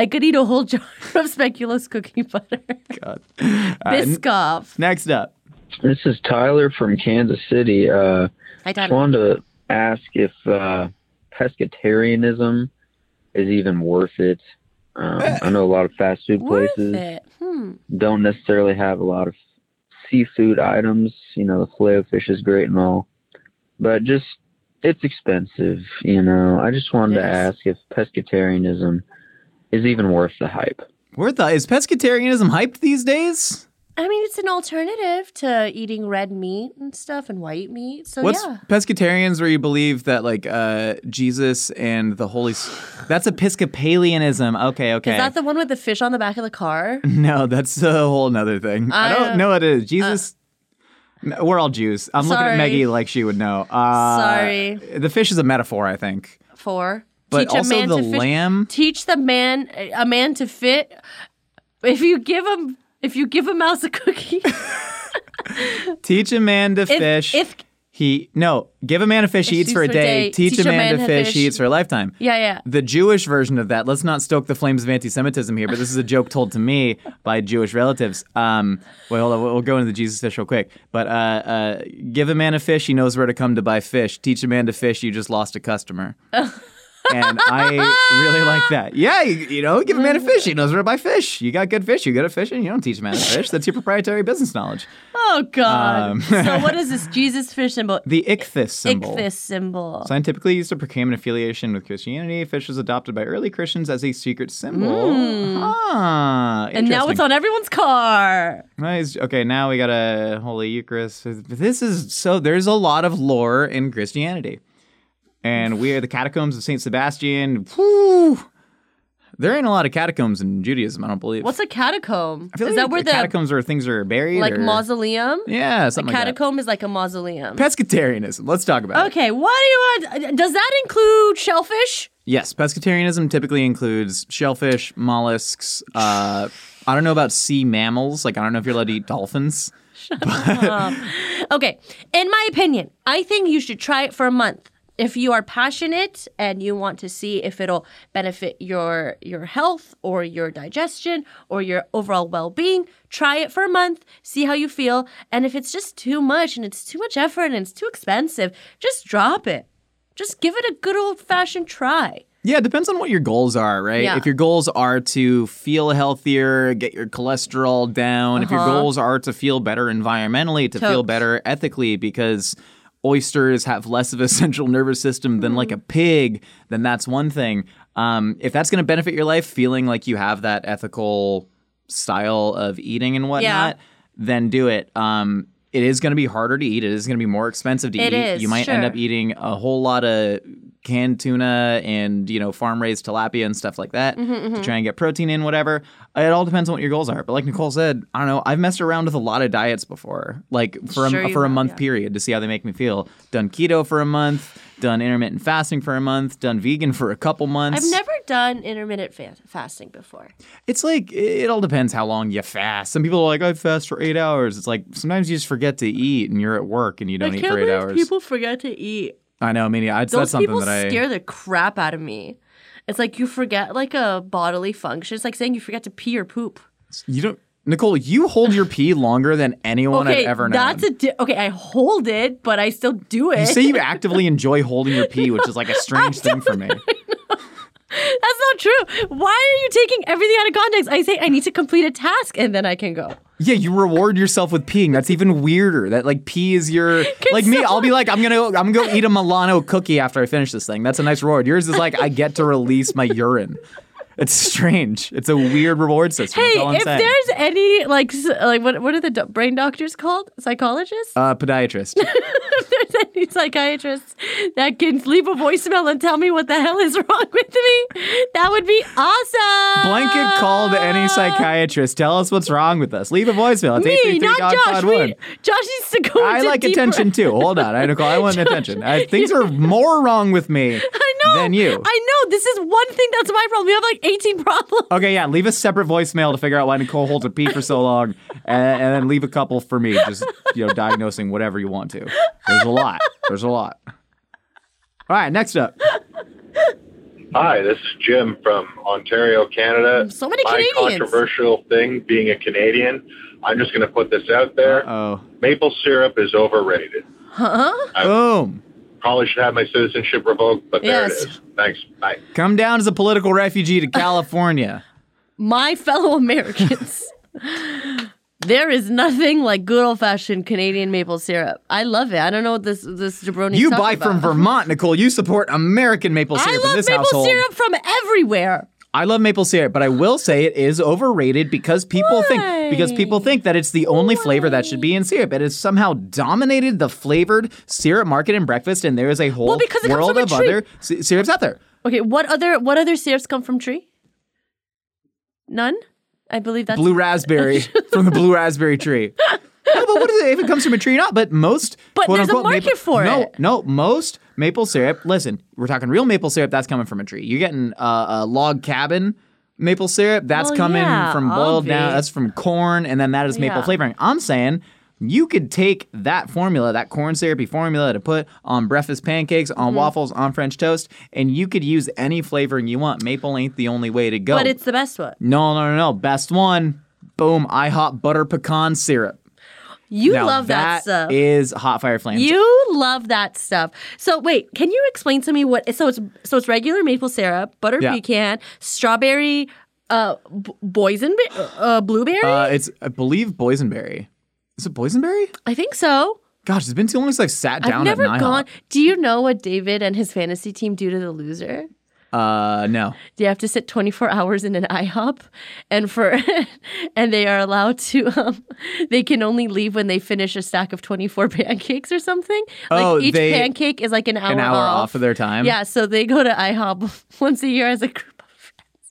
[SPEAKER 4] I could eat a whole jar of speculoos cookie butter.
[SPEAKER 3] God. Uh,
[SPEAKER 4] Biscoff.
[SPEAKER 3] Next up,
[SPEAKER 11] This is Tyler from Kansas City. Uh,
[SPEAKER 4] I
[SPEAKER 11] just
[SPEAKER 4] got it.
[SPEAKER 11] wanted to ask if uh, pescatarianism is even worth it. Um, I know a lot of fast food
[SPEAKER 4] Worth
[SPEAKER 11] places
[SPEAKER 4] it. Hmm.
[SPEAKER 11] don't necessarily have a lot of seafood items. You know, the filet of fish is great and all, but just it's expensive. You know, I just wanted to
[SPEAKER 4] Yes.
[SPEAKER 11] ask if pescatarianism is even worth the hype.
[SPEAKER 3] worth the is pescatarianism hyped these days?
[SPEAKER 4] I mean, it's an alternative to eating red meat and stuff and white meat. So
[SPEAKER 3] What's
[SPEAKER 4] Oh, yeah,
[SPEAKER 3] pescatarians where you believe that like uh Jesus and the Holy S- That's Episcopalianism. Okay, okay.
[SPEAKER 4] is that the one with the fish on the back of the car?
[SPEAKER 3] no, that's a whole nother thing. I,
[SPEAKER 4] I uh,
[SPEAKER 3] don't
[SPEAKER 4] don't-
[SPEAKER 3] know what it is. Jesus No, we're all Jews. I'm looking
[SPEAKER 4] Sorry.
[SPEAKER 3] at Maggie like she would know. Uh,
[SPEAKER 4] Sorry.
[SPEAKER 3] The fish is a metaphor, I think.
[SPEAKER 4] For
[SPEAKER 3] But also the lamb?
[SPEAKER 4] Teach the man a man to fit. If you give him, if you give a mouse a cookie,
[SPEAKER 3] Teach a man to fish.
[SPEAKER 4] if
[SPEAKER 3] he no, give a man a fish, he eats for a day. Teach, a man, to fish, he eats for a lifetime.
[SPEAKER 4] yeah, yeah.
[SPEAKER 3] The Jewish version of that, let's not stoke the flames of anti Semitism here, but this is a joke told to me by Jewish relatives. Um, wait, hold on, we'll we'll go into the Jesus fish real quick. But uh, uh, give a man a fish, he knows where to come to buy fish. Teach a man to fish, you just lost a customer. and I really like that. Yeah, you, you know, give a man a fish, he knows where to buy fish. You got good fish, you good at fishing, you don't teach a man to fish. That's your proprietary business knowledge.
[SPEAKER 4] Oh God!
[SPEAKER 3] Um,
[SPEAKER 4] so what is this Jesus fish symbol?
[SPEAKER 3] The ichthys symbol.
[SPEAKER 4] Ichthys symbol.
[SPEAKER 3] Scientifically used to proclaim an affiliation with Christianity, fish was adopted by early Christians as a secret symbol. Ah,
[SPEAKER 4] Hmm. and now it's
[SPEAKER 3] interesting.
[SPEAKER 4] on everyone's car.
[SPEAKER 3] Nice. Okay, now we got a Holy Eucharist. This is so. There's a lot of lore in Christianity, and we are the catacombs of Saint Sebastian. Whew. There ain't a lot of catacombs in Judaism. I don't believe.
[SPEAKER 4] What's a catacomb?
[SPEAKER 3] I feel
[SPEAKER 4] is
[SPEAKER 3] like
[SPEAKER 4] that where the
[SPEAKER 3] catacombs are things are buried?
[SPEAKER 4] like
[SPEAKER 3] or-
[SPEAKER 4] mausoleum?
[SPEAKER 3] Yeah, something like that.
[SPEAKER 4] Catacomb is like a mausoleum.
[SPEAKER 3] Pescatarianism. Let's talk about it.
[SPEAKER 4] okay, what do you want? Uh, Does that include shellfish?
[SPEAKER 3] Yes, pescatarianism typically includes shellfish, mollusks. Uh, I don't know about sea mammals. Like, I don't know if you're allowed to eat dolphins.
[SPEAKER 4] Okay, in my opinion, I think you should try it for a month. if you are passionate and you want to see if it'll benefit your your health or your digestion or your overall well-being try it for a month see how you feel and if it's just too much and it's too much effort and it's too expensive just drop it just give it a good old-fashioned try
[SPEAKER 3] Yeah, it depends on what your goals are, right?
[SPEAKER 4] Yeah.
[SPEAKER 3] If your goals are to feel healthier, get your cholesterol down, if your
[SPEAKER 4] Uh-huh.
[SPEAKER 3] goals are to feel better environmentally, to feel
[SPEAKER 4] Totes.
[SPEAKER 3] better ethically, because oysters have less of a central nervous system than
[SPEAKER 4] Mm-hmm.
[SPEAKER 3] like a pig, then that's one thing. Um, if that's going to benefit your life, feeling like you have that ethical style of eating and whatnot, then do it. Um, it is going to be harder to eat. It is going to be more expensive to
[SPEAKER 4] It
[SPEAKER 3] eat.
[SPEAKER 4] is,
[SPEAKER 3] you might end
[SPEAKER 4] sure.
[SPEAKER 3] up eating a whole lot of canned tuna and you know farm raised tilapia and stuff like that
[SPEAKER 4] Mhm, mhm.
[SPEAKER 3] to try and get protein in whatever it all depends on what your goals are but like nicole said i don't know i've messed around with a lot of diets before like for
[SPEAKER 4] Sure
[SPEAKER 3] a
[SPEAKER 4] you
[SPEAKER 3] for a
[SPEAKER 4] have,
[SPEAKER 3] month
[SPEAKER 4] yeah.
[SPEAKER 3] period to see how they make me feel done keto for a month done intermittent fasting for a month done vegan for a couple months
[SPEAKER 4] i've never done intermittent fa- fasting before
[SPEAKER 3] it's like it all depends how long you fast some people are like i fast for eight hours it's like sometimes you just forget to eat and you're at work and you don't
[SPEAKER 4] i
[SPEAKER 3] eat
[SPEAKER 4] can't
[SPEAKER 3] for eight
[SPEAKER 4] believe
[SPEAKER 3] hours
[SPEAKER 4] people forget to eat
[SPEAKER 3] i know i mean I,
[SPEAKER 4] Those
[SPEAKER 3] that's something
[SPEAKER 4] people
[SPEAKER 3] that i
[SPEAKER 4] scare the crap out of me. It's like you forget like a bodily function. It's like saying you forget to pee or poop.
[SPEAKER 3] You don't, Nicole. You hold your pee longer than anyone
[SPEAKER 4] okay,
[SPEAKER 3] I've ever known.
[SPEAKER 4] that's a di- okay. I hold it, but I still do it.
[SPEAKER 3] you say you actively enjoy holding your pee, which is like a strange thing for me.
[SPEAKER 4] that's not true. Why are you taking everything out of context? I say I need to complete a task and then I can go.
[SPEAKER 3] Yeah, you reward yourself with peeing. That's even weirder. That like pee is your like me. I'll be like, I'm gonna, go, I'm gonna go eat a Milano cookie after I finish this thing. That's a nice reward. Yours is like, I get to release my urine. It's strange. It's a weird reward system.
[SPEAKER 4] Hey,
[SPEAKER 3] That's all I'm
[SPEAKER 4] if
[SPEAKER 3] saying.
[SPEAKER 4] there's any like s- like what what are the do- brain doctors called? Psychologists?
[SPEAKER 3] uh, podiatrist.
[SPEAKER 4] if there's any psychiatrists that can leave a voicemail and tell me what the hell is wrong with me, that would be awesome.
[SPEAKER 3] Blanket call to any psychiatrist. Tell us what's wrong with us. Leave a voicemail. It's
[SPEAKER 4] Me,
[SPEAKER 3] 833
[SPEAKER 4] not
[SPEAKER 3] dog
[SPEAKER 4] Josh.
[SPEAKER 3] pod
[SPEAKER 4] We-
[SPEAKER 3] one.
[SPEAKER 4] Josh needs to go.
[SPEAKER 3] I
[SPEAKER 4] into
[SPEAKER 3] like
[SPEAKER 4] deeper-
[SPEAKER 3] attention too. Hold on, I Nicole. I want attention. I, things are more wrong with me
[SPEAKER 4] I know.
[SPEAKER 3] than you.
[SPEAKER 4] I know. This is one thing that's my problem. You have like 18 problems.
[SPEAKER 3] Okay, yeah. Leave a separate voicemail to figure out why Nicole holds a pee for so long, and, and then leave a couple for me, just you know, diagnosing whatever you want to. There's a lot. There's a lot. All right, next up.
[SPEAKER 12] Hi, this is Jim from Ontario, Canada.
[SPEAKER 4] Mm, So many
[SPEAKER 12] My
[SPEAKER 4] Canadians.
[SPEAKER 12] controversial thing being a Canadian, I'm just going to put this out there.
[SPEAKER 3] Oh,
[SPEAKER 12] Maple syrup is overrated.
[SPEAKER 4] Huh?
[SPEAKER 3] boom!
[SPEAKER 12] Probably should have my citizenship revoked, but there
[SPEAKER 4] Yes.
[SPEAKER 12] it is. Thanks. Bye.
[SPEAKER 3] Come down as a political refugee to California.
[SPEAKER 4] My fellow Americans. There is nothing like good old fashioned Canadian maple syrup. I love it. I don't know what this this jabroni.
[SPEAKER 3] You buy from Vermont, Nicole. You support American maple syrup
[SPEAKER 4] I
[SPEAKER 3] in
[SPEAKER 4] love
[SPEAKER 3] this
[SPEAKER 4] maple
[SPEAKER 3] household.
[SPEAKER 4] syrup from everywhere.
[SPEAKER 3] I love maple syrup, but I will say it is overrated because people think because people think that it's the only flavor that should be in syrup. It has somehow dominated the flavored syrup market and breakfast, and there is a whole
[SPEAKER 4] because it comes
[SPEAKER 3] world
[SPEAKER 4] from a
[SPEAKER 3] of
[SPEAKER 4] tree.
[SPEAKER 3] other sy- syrups out there.
[SPEAKER 4] Okay, what other what other syrups come from tree? None. I believe that's
[SPEAKER 3] blue raspberry from the blue raspberry tree. no, but what is it if it comes from a tree or not? But most,
[SPEAKER 4] But
[SPEAKER 3] quote
[SPEAKER 4] there's a
[SPEAKER 3] unquote,
[SPEAKER 4] market
[SPEAKER 3] maple-
[SPEAKER 4] for
[SPEAKER 3] no,
[SPEAKER 4] it.
[SPEAKER 3] No, most maple syrup. Listen, we're talking real maple syrup. That's coming from a tree. You're getting uh, a log cabin maple syrup. That's
[SPEAKER 4] Well,
[SPEAKER 3] coming
[SPEAKER 4] yeah,
[SPEAKER 3] from boiled down.
[SPEAKER 4] obvi.
[SPEAKER 3] That's from corn, and then that is maple
[SPEAKER 4] Yeah.
[SPEAKER 3] flavoring. I'm saying. You could take that formula, that corn syrupy formula to put on breakfast pancakes, on
[SPEAKER 4] Mm-hmm.
[SPEAKER 3] waffles, on French toast, and you could use any flavoring you want. Maple ain't the only way to go.
[SPEAKER 4] But it's the best one.
[SPEAKER 3] No, no, no, no. Best one. Boom. IHOP butter pecan syrup.
[SPEAKER 4] You
[SPEAKER 3] Now,
[SPEAKER 4] love that, stuff.
[SPEAKER 3] That is hot fire flames.
[SPEAKER 4] You love that stuff. So wait, can you explain to me what? So it's so it's regular maple syrup, butter
[SPEAKER 3] Yeah.
[SPEAKER 4] pecan, strawberry, uh, b- boysenberry, uh, blueberry.
[SPEAKER 3] Uh, it's I believe boysenberry. Is it boysenberry?
[SPEAKER 4] I think so.
[SPEAKER 3] Gosh, it's been too long since I've sat down
[SPEAKER 4] I've never
[SPEAKER 3] at an
[SPEAKER 4] gone. Do you know what David and his fantasy team do to the loser?
[SPEAKER 3] IHOP. Uh, no.
[SPEAKER 4] They have to sit 24 hours in an IHOP, and for and they are allowed to. Um, they can only leave when they finish a stack of 24 pancakes or something.
[SPEAKER 3] Oh,
[SPEAKER 4] like each
[SPEAKER 3] they-
[SPEAKER 4] pancake is like an hour,
[SPEAKER 3] An hour off. of their time.
[SPEAKER 4] Yeah, so they go to IHOP once a year as a group.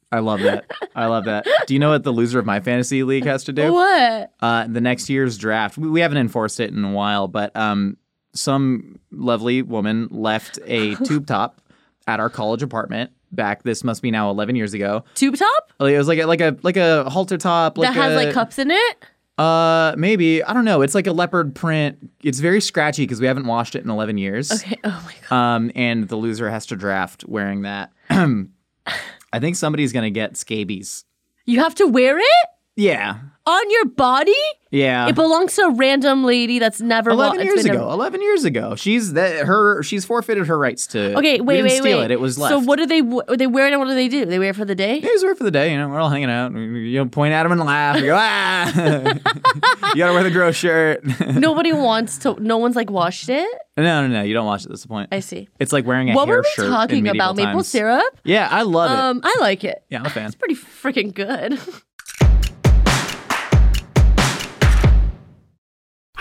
[SPEAKER 3] I love that. I love that. Do you know what the loser of my fantasy league has to do?
[SPEAKER 4] What?
[SPEAKER 3] Uh, the next year's draft. We, we haven't enforced it in a while, but um, some lovely woman left a tube top at our college apartment back. This must be now eleven years ago.
[SPEAKER 4] Tube top
[SPEAKER 3] Like, It was like a, like a like a halter top. Like
[SPEAKER 4] that has
[SPEAKER 3] a-
[SPEAKER 4] like cups in it.
[SPEAKER 3] Uh, maybe I don't know. It's like a leopard print. It's very scratchy because we haven't washed it in eleven years.
[SPEAKER 4] Okay. Oh my
[SPEAKER 3] Um, and the loser has to draft wearing that. I think somebody's gonna get scabies.
[SPEAKER 4] You have to wear it
[SPEAKER 3] Yeah,
[SPEAKER 4] on your body.
[SPEAKER 3] yeah.
[SPEAKER 4] It belongs to a random lady that's never. wa-
[SPEAKER 3] Uh-huh. Eleven
[SPEAKER 4] it's
[SPEAKER 3] years
[SPEAKER 4] been
[SPEAKER 3] ago. Eleven years ago. She's that her. She's forfeited her rights to.
[SPEAKER 4] never- okay,
[SPEAKER 3] we
[SPEAKER 4] wait,
[SPEAKER 3] didn't
[SPEAKER 4] wait,
[SPEAKER 3] steal
[SPEAKER 4] wait.
[SPEAKER 3] It. it was left.
[SPEAKER 4] So what do they? w- They wear it, and what do they do? They wear it for the day.
[SPEAKER 3] They just wear it for the day. You know, we're all hanging out. You know, point at them and laugh. You go ah. you gotta wear the gross shirt. no,
[SPEAKER 4] Nobody wants to. No one's like washed it.
[SPEAKER 3] no, no. You don't watch it. That's the point.
[SPEAKER 4] I see.
[SPEAKER 3] It's like wearing a
[SPEAKER 4] what
[SPEAKER 3] hair
[SPEAKER 4] were we
[SPEAKER 3] shirt in
[SPEAKER 4] talking
[SPEAKER 3] medieval
[SPEAKER 4] about? Maple
[SPEAKER 3] times.
[SPEAKER 4] syrup.
[SPEAKER 3] Yeah, I love it.
[SPEAKER 4] um, I like it.
[SPEAKER 3] Yeah, I'm a fan.
[SPEAKER 4] It's pretty freaking good.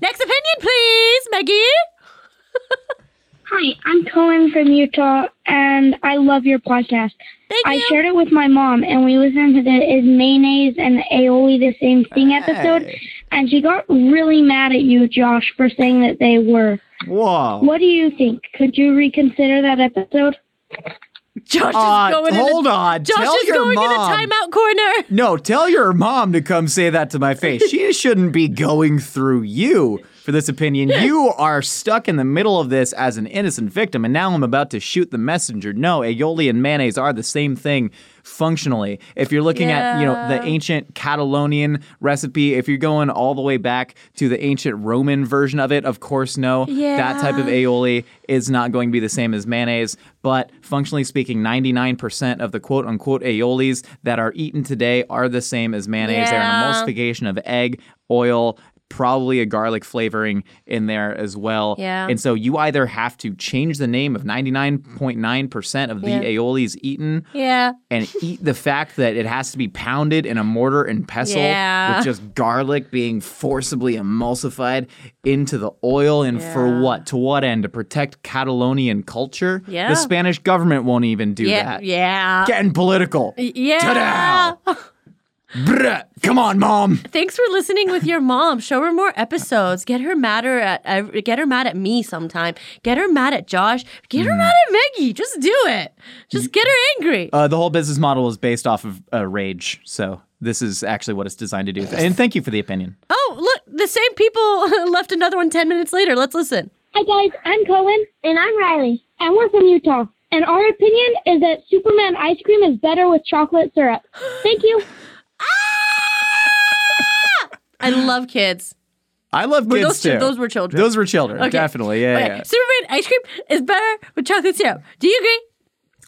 [SPEAKER 4] Next opinion, please, Maggie.
[SPEAKER 10] Hi, I'm Cohen from Utah, and I love your podcast.
[SPEAKER 4] Thank
[SPEAKER 10] I shared it with my mom, and we listened to the Is Mayonnaise and Aioli the Same Thing episode, and she got really mad at you, Josh, for saying that they were.
[SPEAKER 3] Whoa.
[SPEAKER 10] What do you think? Could you reconsider that episode?
[SPEAKER 4] Josh
[SPEAKER 3] Uh,
[SPEAKER 4] is going.
[SPEAKER 3] hold
[SPEAKER 4] in the,
[SPEAKER 3] on.
[SPEAKER 4] Josh
[SPEAKER 3] Tell
[SPEAKER 4] is
[SPEAKER 3] your
[SPEAKER 4] going
[SPEAKER 3] mom.
[SPEAKER 4] in the timeout corner.
[SPEAKER 3] No, tell your mom to come say that to my face. She shouldn't be going through you for this opinion. You are stuck in the middle of this as an innocent victim, and now I'm about to shoot the messenger. No, aioli and mayonnaise are the same thing functionally. If you're looking at, you know, the
[SPEAKER 13] Yeah.
[SPEAKER 3] ancient Catalonian recipe, if you're going all the way back to the ancient Roman version of it, of course, no. That type of
[SPEAKER 13] Yeah.
[SPEAKER 3] aioli is not going to be the same as mayonnaise, but functionally speaking, 99% of the quote unquote aiolis that are eaten today are the same as mayonnaise. They're
[SPEAKER 13] Yeah.
[SPEAKER 3] an emulsification of egg, oil, probably a garlic flavoring in there as well.
[SPEAKER 13] Yeah.
[SPEAKER 3] And so you either have to change the name of 99.9% of the
[SPEAKER 13] Yeah.
[SPEAKER 3] aiolis eaten
[SPEAKER 4] Yeah.
[SPEAKER 3] and eat the fact that it has to be pounded in a mortar and pestle
[SPEAKER 13] Yeah.
[SPEAKER 3] with just garlic being forcibly emulsified into the oil and for what to what end to protect catalonian culture
[SPEAKER 4] Yeah.
[SPEAKER 3] the spanish government won't even do
[SPEAKER 4] yeah.
[SPEAKER 3] that
[SPEAKER 4] Yeah.
[SPEAKER 3] getting political
[SPEAKER 4] Yeah.
[SPEAKER 3] Bruh. come on mom
[SPEAKER 4] Thanks for listening with your mom. Show her more episodes. Get her madder at ev- get her mad at me sometime. Get her mad at Josh. Get
[SPEAKER 3] Mm.
[SPEAKER 4] her mad at Maggie. Just do it. Just get her angry.
[SPEAKER 3] uh, the whole business model is based off of uh, rage so this is actually what it's designed to do and thank you for the opinion
[SPEAKER 4] Oh, look, the same people left another one 10 minutes later. Let's listen.
[SPEAKER 10] Hi guys, I'm Cohen and I'm Riley, and we're from Utah. And our opinion is that Superman ice cream is better with chocolate syrup. Thank you.
[SPEAKER 4] I love kids.
[SPEAKER 3] i love
[SPEAKER 4] Were
[SPEAKER 3] kids
[SPEAKER 4] those chi-
[SPEAKER 3] too
[SPEAKER 4] those were children.
[SPEAKER 3] those were children
[SPEAKER 4] Okay.
[SPEAKER 3] definitely yeah,
[SPEAKER 4] Okay,
[SPEAKER 3] yeah.
[SPEAKER 4] Superman ice cream is better with chocolate syrup. Do you agree?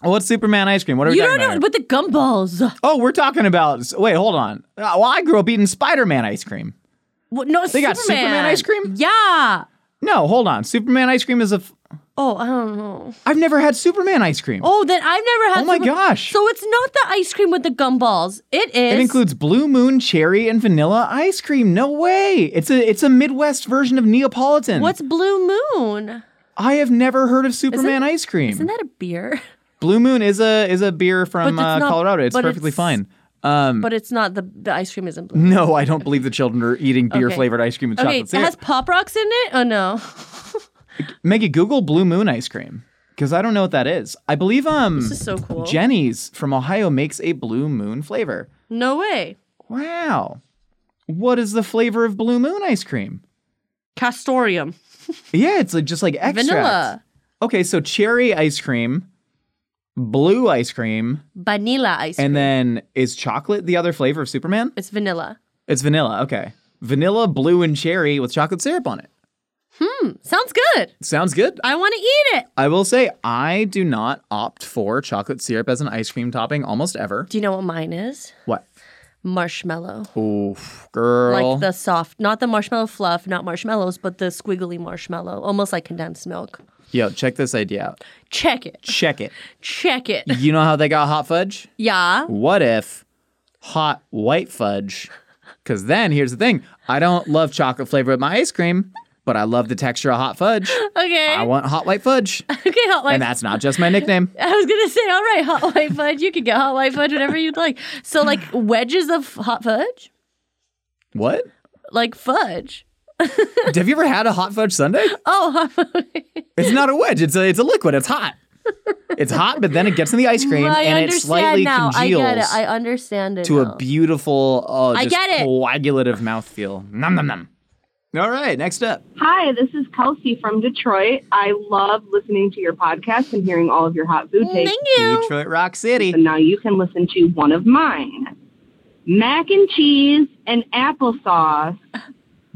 [SPEAKER 3] Well, what's superman ice cream what are we
[SPEAKER 4] you
[SPEAKER 3] talking
[SPEAKER 4] don't
[SPEAKER 3] about
[SPEAKER 4] know
[SPEAKER 3] here?
[SPEAKER 4] with the gumballs.
[SPEAKER 3] Oh, we're talking about. s- Wait, hold on. Uh, well, I grew up eating Spider Man ice cream.
[SPEAKER 4] What, no,
[SPEAKER 3] They got Superman ice cream?
[SPEAKER 4] Yeah.
[SPEAKER 3] No, hold on. Superman ice cream is a. F-
[SPEAKER 4] Oh, I don't know.
[SPEAKER 3] I've never had Superman ice cream.
[SPEAKER 4] Oh, then I've never had.
[SPEAKER 3] Oh my
[SPEAKER 4] Superman-
[SPEAKER 3] gosh.
[SPEAKER 4] So it's not the ice cream with the gumballs. It is.
[SPEAKER 3] It includes blue moon cherry and vanilla ice cream. No way. It's a it's a Midwest version of Neapolitan.
[SPEAKER 4] What's Blue Moon?
[SPEAKER 3] I have never heard of Superman ice cream.
[SPEAKER 4] Isn't that a beer?
[SPEAKER 3] blue Moon is a is a beer from
[SPEAKER 4] But it's
[SPEAKER 3] uh,
[SPEAKER 4] not-
[SPEAKER 3] Colorado. It's
[SPEAKER 4] but
[SPEAKER 3] perfectly
[SPEAKER 4] it's-
[SPEAKER 3] fine. Um,
[SPEAKER 4] But it's not the the ice cream isn't blue.
[SPEAKER 3] no, I don't believe the children are eating beer
[SPEAKER 4] Okay.
[SPEAKER 3] flavored ice cream with
[SPEAKER 4] Okay,
[SPEAKER 3] chocolate
[SPEAKER 4] it
[SPEAKER 3] syrup.
[SPEAKER 4] has Pop Rocks in it. Oh no.
[SPEAKER 3] Maggie, Google Blue Moon ice cream because I don't know what that is. I believe um
[SPEAKER 4] This is so cool.
[SPEAKER 3] Jenny's from Ohio makes a Blue Moon flavor.
[SPEAKER 4] No way.
[SPEAKER 3] Wow, what is the flavor of Blue Moon ice cream?
[SPEAKER 4] Castorium.
[SPEAKER 3] Yeah, it's like just like extract.
[SPEAKER 4] Vanilla.
[SPEAKER 3] Okay, so cherry ice cream, blue ice cream,
[SPEAKER 4] Vanilla ice cream.
[SPEAKER 3] and then is chocolate the other flavor of Superman?
[SPEAKER 4] It's vanilla.
[SPEAKER 3] It's vanilla. Okay, vanilla, blue, and cherry with chocolate syrup on it.
[SPEAKER 4] Hmm. Sounds good.
[SPEAKER 3] Sounds good.
[SPEAKER 4] I want to eat it.
[SPEAKER 3] I will say I do not opt for chocolate syrup as an ice cream topping almost ever.
[SPEAKER 4] Do you know what mine is?
[SPEAKER 3] What?
[SPEAKER 4] Marshmallow.
[SPEAKER 3] Oof, girl.
[SPEAKER 4] Like the soft, not the marshmallow fluff, not marshmallows, but the squiggly marshmallow, almost like condensed milk.
[SPEAKER 3] Yo, check this idea out.
[SPEAKER 4] Check it.
[SPEAKER 3] Check it.
[SPEAKER 4] Check it.
[SPEAKER 3] You know how they got hot fudge?
[SPEAKER 4] Yeah.
[SPEAKER 3] What if hot white fudge? Because then here's the thing I don't love chocolate flavor with my ice cream, but I love the texture of hot fudge.
[SPEAKER 4] Okay.
[SPEAKER 3] I want hot white fudge.
[SPEAKER 4] okay, hot white.
[SPEAKER 3] And that's not just my nickname.
[SPEAKER 4] I was gonna say, all right, hot white fudge. You can get hot white fudge whenever you'd like. So, like wedges of hot fudge,
[SPEAKER 3] What?
[SPEAKER 4] like fudge.
[SPEAKER 3] Have you ever had a hot fudge sundae?
[SPEAKER 4] Oh, hot fudge.
[SPEAKER 3] It's not a wedge. It's a it's a liquid. It's hot. It's hot, but then it gets in the ice cream
[SPEAKER 4] Mm, I
[SPEAKER 3] and
[SPEAKER 4] understand
[SPEAKER 3] it slightly
[SPEAKER 4] now.
[SPEAKER 3] congeals
[SPEAKER 4] I get it. I understand it.
[SPEAKER 3] to
[SPEAKER 4] now.
[SPEAKER 3] a beautiful, oh,
[SPEAKER 4] I
[SPEAKER 3] just
[SPEAKER 4] get it.
[SPEAKER 3] coagulative mouthfeel. Nom nom nom. All right, next up.
[SPEAKER 13] Hi, this is Kelsey from Detroit. I love listening to your podcast and hearing all of your hot food takes.
[SPEAKER 3] Detroit Rock City.
[SPEAKER 13] And now you can listen to one of mine. Mac and cheese and applesauce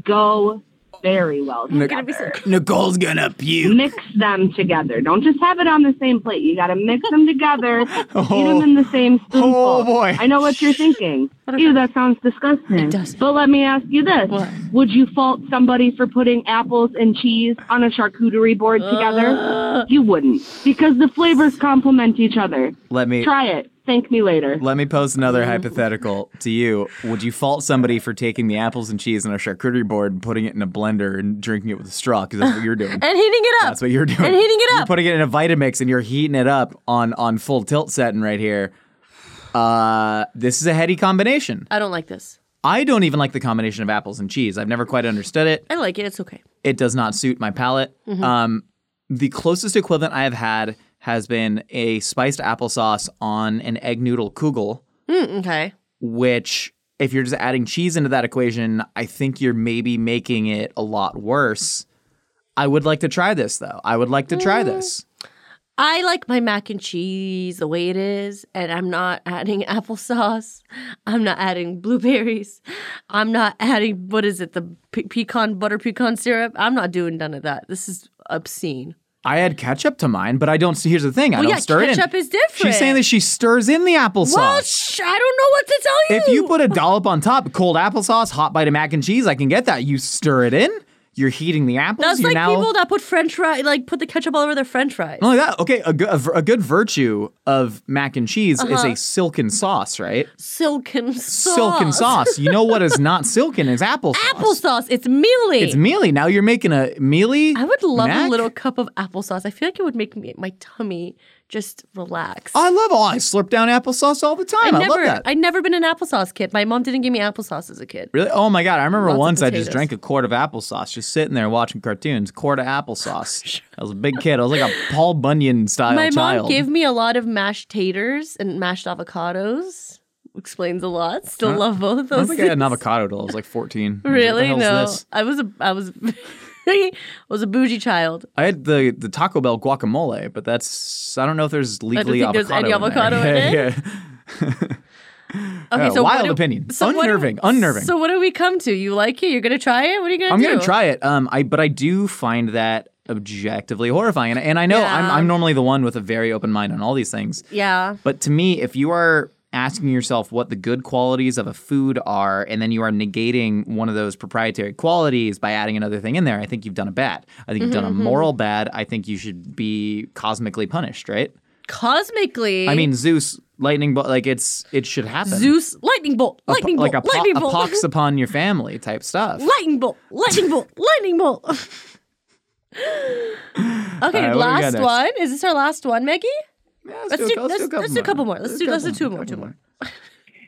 [SPEAKER 13] go very well
[SPEAKER 3] Nic-
[SPEAKER 13] together.
[SPEAKER 3] Nicole's gonna puke.
[SPEAKER 13] Mix them together. Don't just have it on the same plate. You got to mix them together. Eat them in the same spoonful. Oh boy! I know what you're thinking. Ew, that sounds disgusting. It does. But let me ask you this: Would you fault somebody for putting apples and cheese on a charcuterie board together? You wouldn't, because the flavors complement each other.
[SPEAKER 3] Let me
[SPEAKER 13] Try it. Thank me later.
[SPEAKER 3] Let me pose another hypothetical to you. Would you fault somebody for taking the apples and cheese on a charcuterie board and putting it in a blender and drinking it with a straw? Because that's what you're doing.
[SPEAKER 4] and heating it up.
[SPEAKER 3] That's what you're doing.
[SPEAKER 4] And heating it
[SPEAKER 3] You're
[SPEAKER 4] up.
[SPEAKER 3] putting it in a Vitamix and you're heating it up on on full tilt setting right here. Uh, this is a heady combination.
[SPEAKER 4] I don't like this.
[SPEAKER 3] I don't even like the combination of apples and cheese. I've never quite understood it.
[SPEAKER 4] I like it. It's okay.
[SPEAKER 3] It does not suit my palate.
[SPEAKER 4] Mhm.
[SPEAKER 3] Um, the closest equivalent I have had has been a spiced applesauce on an egg noodle kugel
[SPEAKER 4] Mm, okay.
[SPEAKER 3] which if you're just adding cheese into that equation, I think you're maybe making it a lot worse. I would like to try this though. I would like to try this.
[SPEAKER 4] I like my mac and cheese the way it is, and I'm not adding applesauce. I'm not adding blueberries. I'm not adding, what is it, the pe- pecan, butter pecan syrup? I'm not doing none of that. This is obscene.
[SPEAKER 3] I add ketchup to mine, but I don't see here's the thing. I
[SPEAKER 4] well,
[SPEAKER 3] don't
[SPEAKER 4] yeah,
[SPEAKER 3] stir it in.
[SPEAKER 4] ketchup is different.
[SPEAKER 3] She's saying that she stirs in the applesauce.
[SPEAKER 4] Well, sh- I don't know what to tell you.
[SPEAKER 3] if you put a dollop on top, cold applesauce, hot bite of mac and cheese, I can get that. You stir it in, you're heating the apples.
[SPEAKER 4] That's
[SPEAKER 3] you're
[SPEAKER 4] like
[SPEAKER 3] now
[SPEAKER 4] people that put french fries, like put the ketchup all over their french fries.
[SPEAKER 3] not only that, okay, a good, a, v- a good virtue of mac and cheese is
[SPEAKER 4] Uh-huh.
[SPEAKER 3] a silken sauce, right?
[SPEAKER 4] Silken sauce.
[SPEAKER 3] Silken sauce. You know what is not silken is applesauce.
[SPEAKER 4] applesauce. It's mealy.
[SPEAKER 3] It's mealy. Now you're making a mealy.
[SPEAKER 4] I would love
[SPEAKER 3] mac?
[SPEAKER 4] a little cup of applesauce. I feel like it would make me, my tummy just relax.
[SPEAKER 3] I love all. I slurp down applesauce all the time. I,
[SPEAKER 4] never,
[SPEAKER 3] love that.
[SPEAKER 4] I never been an applesauce kid. My mom didn't give me applesauce as a kid.
[SPEAKER 3] really? Oh my god! I remember
[SPEAKER 4] Lots of
[SPEAKER 3] once I just
[SPEAKER 4] potatoes.
[SPEAKER 3] drank a quart of applesauce, just sitting there watching cartoons. Quart of applesauce. I was a big kid. I was like a Paul Bunyan style
[SPEAKER 4] my
[SPEAKER 3] child.
[SPEAKER 4] mom gave me a lot of mashed taters and mashed avocados. Explains a lot. Still
[SPEAKER 3] I don't-
[SPEAKER 4] love both of
[SPEAKER 3] I don't
[SPEAKER 4] those.
[SPEAKER 3] think I had an
[SPEAKER 4] things.
[SPEAKER 3] avocado till I was like 14. I was like, "What the
[SPEAKER 4] Really?
[SPEAKER 3] hell's
[SPEAKER 4] No.
[SPEAKER 3] this?"
[SPEAKER 4] I was a I was I was a bougie child.
[SPEAKER 3] I had the, the Taco Bell guacamole, but that's I don't know if there's
[SPEAKER 4] Oh,
[SPEAKER 3] legally
[SPEAKER 4] think there's
[SPEAKER 3] avocado.
[SPEAKER 4] any avocado
[SPEAKER 3] in
[SPEAKER 4] in
[SPEAKER 3] there.
[SPEAKER 4] it.
[SPEAKER 3] Yeah, yeah.
[SPEAKER 4] Okay,
[SPEAKER 3] Yeah,
[SPEAKER 4] so what
[SPEAKER 3] Oh, wild
[SPEAKER 4] do-
[SPEAKER 3] opinion.
[SPEAKER 4] so what do-
[SPEAKER 3] unnerving. unnerving.
[SPEAKER 4] So what do we come to? You like it? You're gonna try it? What are you gonna
[SPEAKER 3] I'm
[SPEAKER 4] do?
[SPEAKER 3] gonna try it. Um, I but I do find that objectively horrifying, and, and I know I'm
[SPEAKER 4] Yeah.
[SPEAKER 3] I'm normally the one with a very open mind on all these things.
[SPEAKER 4] Yeah.
[SPEAKER 3] But to me, if you are asking yourself what the good qualities of a food are, and then you are negating one of those proprietary qualities by adding another thing in there, I think you've done a bad. I think you've done a
[SPEAKER 4] Mhm, mhm.
[SPEAKER 3] moral bad. I think you should be cosmically punished, right?
[SPEAKER 4] Cosmically.
[SPEAKER 3] I mean, Zeus, lightning bolt, like it's it should happen.
[SPEAKER 4] Zeus, lightning bolt,
[SPEAKER 3] A po-
[SPEAKER 4] lightning bolt,
[SPEAKER 3] like a, po-
[SPEAKER 4] lightning
[SPEAKER 3] a
[SPEAKER 4] bolt,
[SPEAKER 3] pox upon your family type stuff.
[SPEAKER 4] lightning bolt, lightning bolt, lightning bolt.
[SPEAKER 3] All right, what
[SPEAKER 4] okay,
[SPEAKER 3] do we got
[SPEAKER 4] last
[SPEAKER 3] next?
[SPEAKER 4] one. Is this our last one, Maggie?
[SPEAKER 3] let's,
[SPEAKER 14] do a cou- let's
[SPEAKER 4] let's,
[SPEAKER 14] do a
[SPEAKER 4] let's
[SPEAKER 14] couple
[SPEAKER 4] more. Let's, do let's do two more. Two more.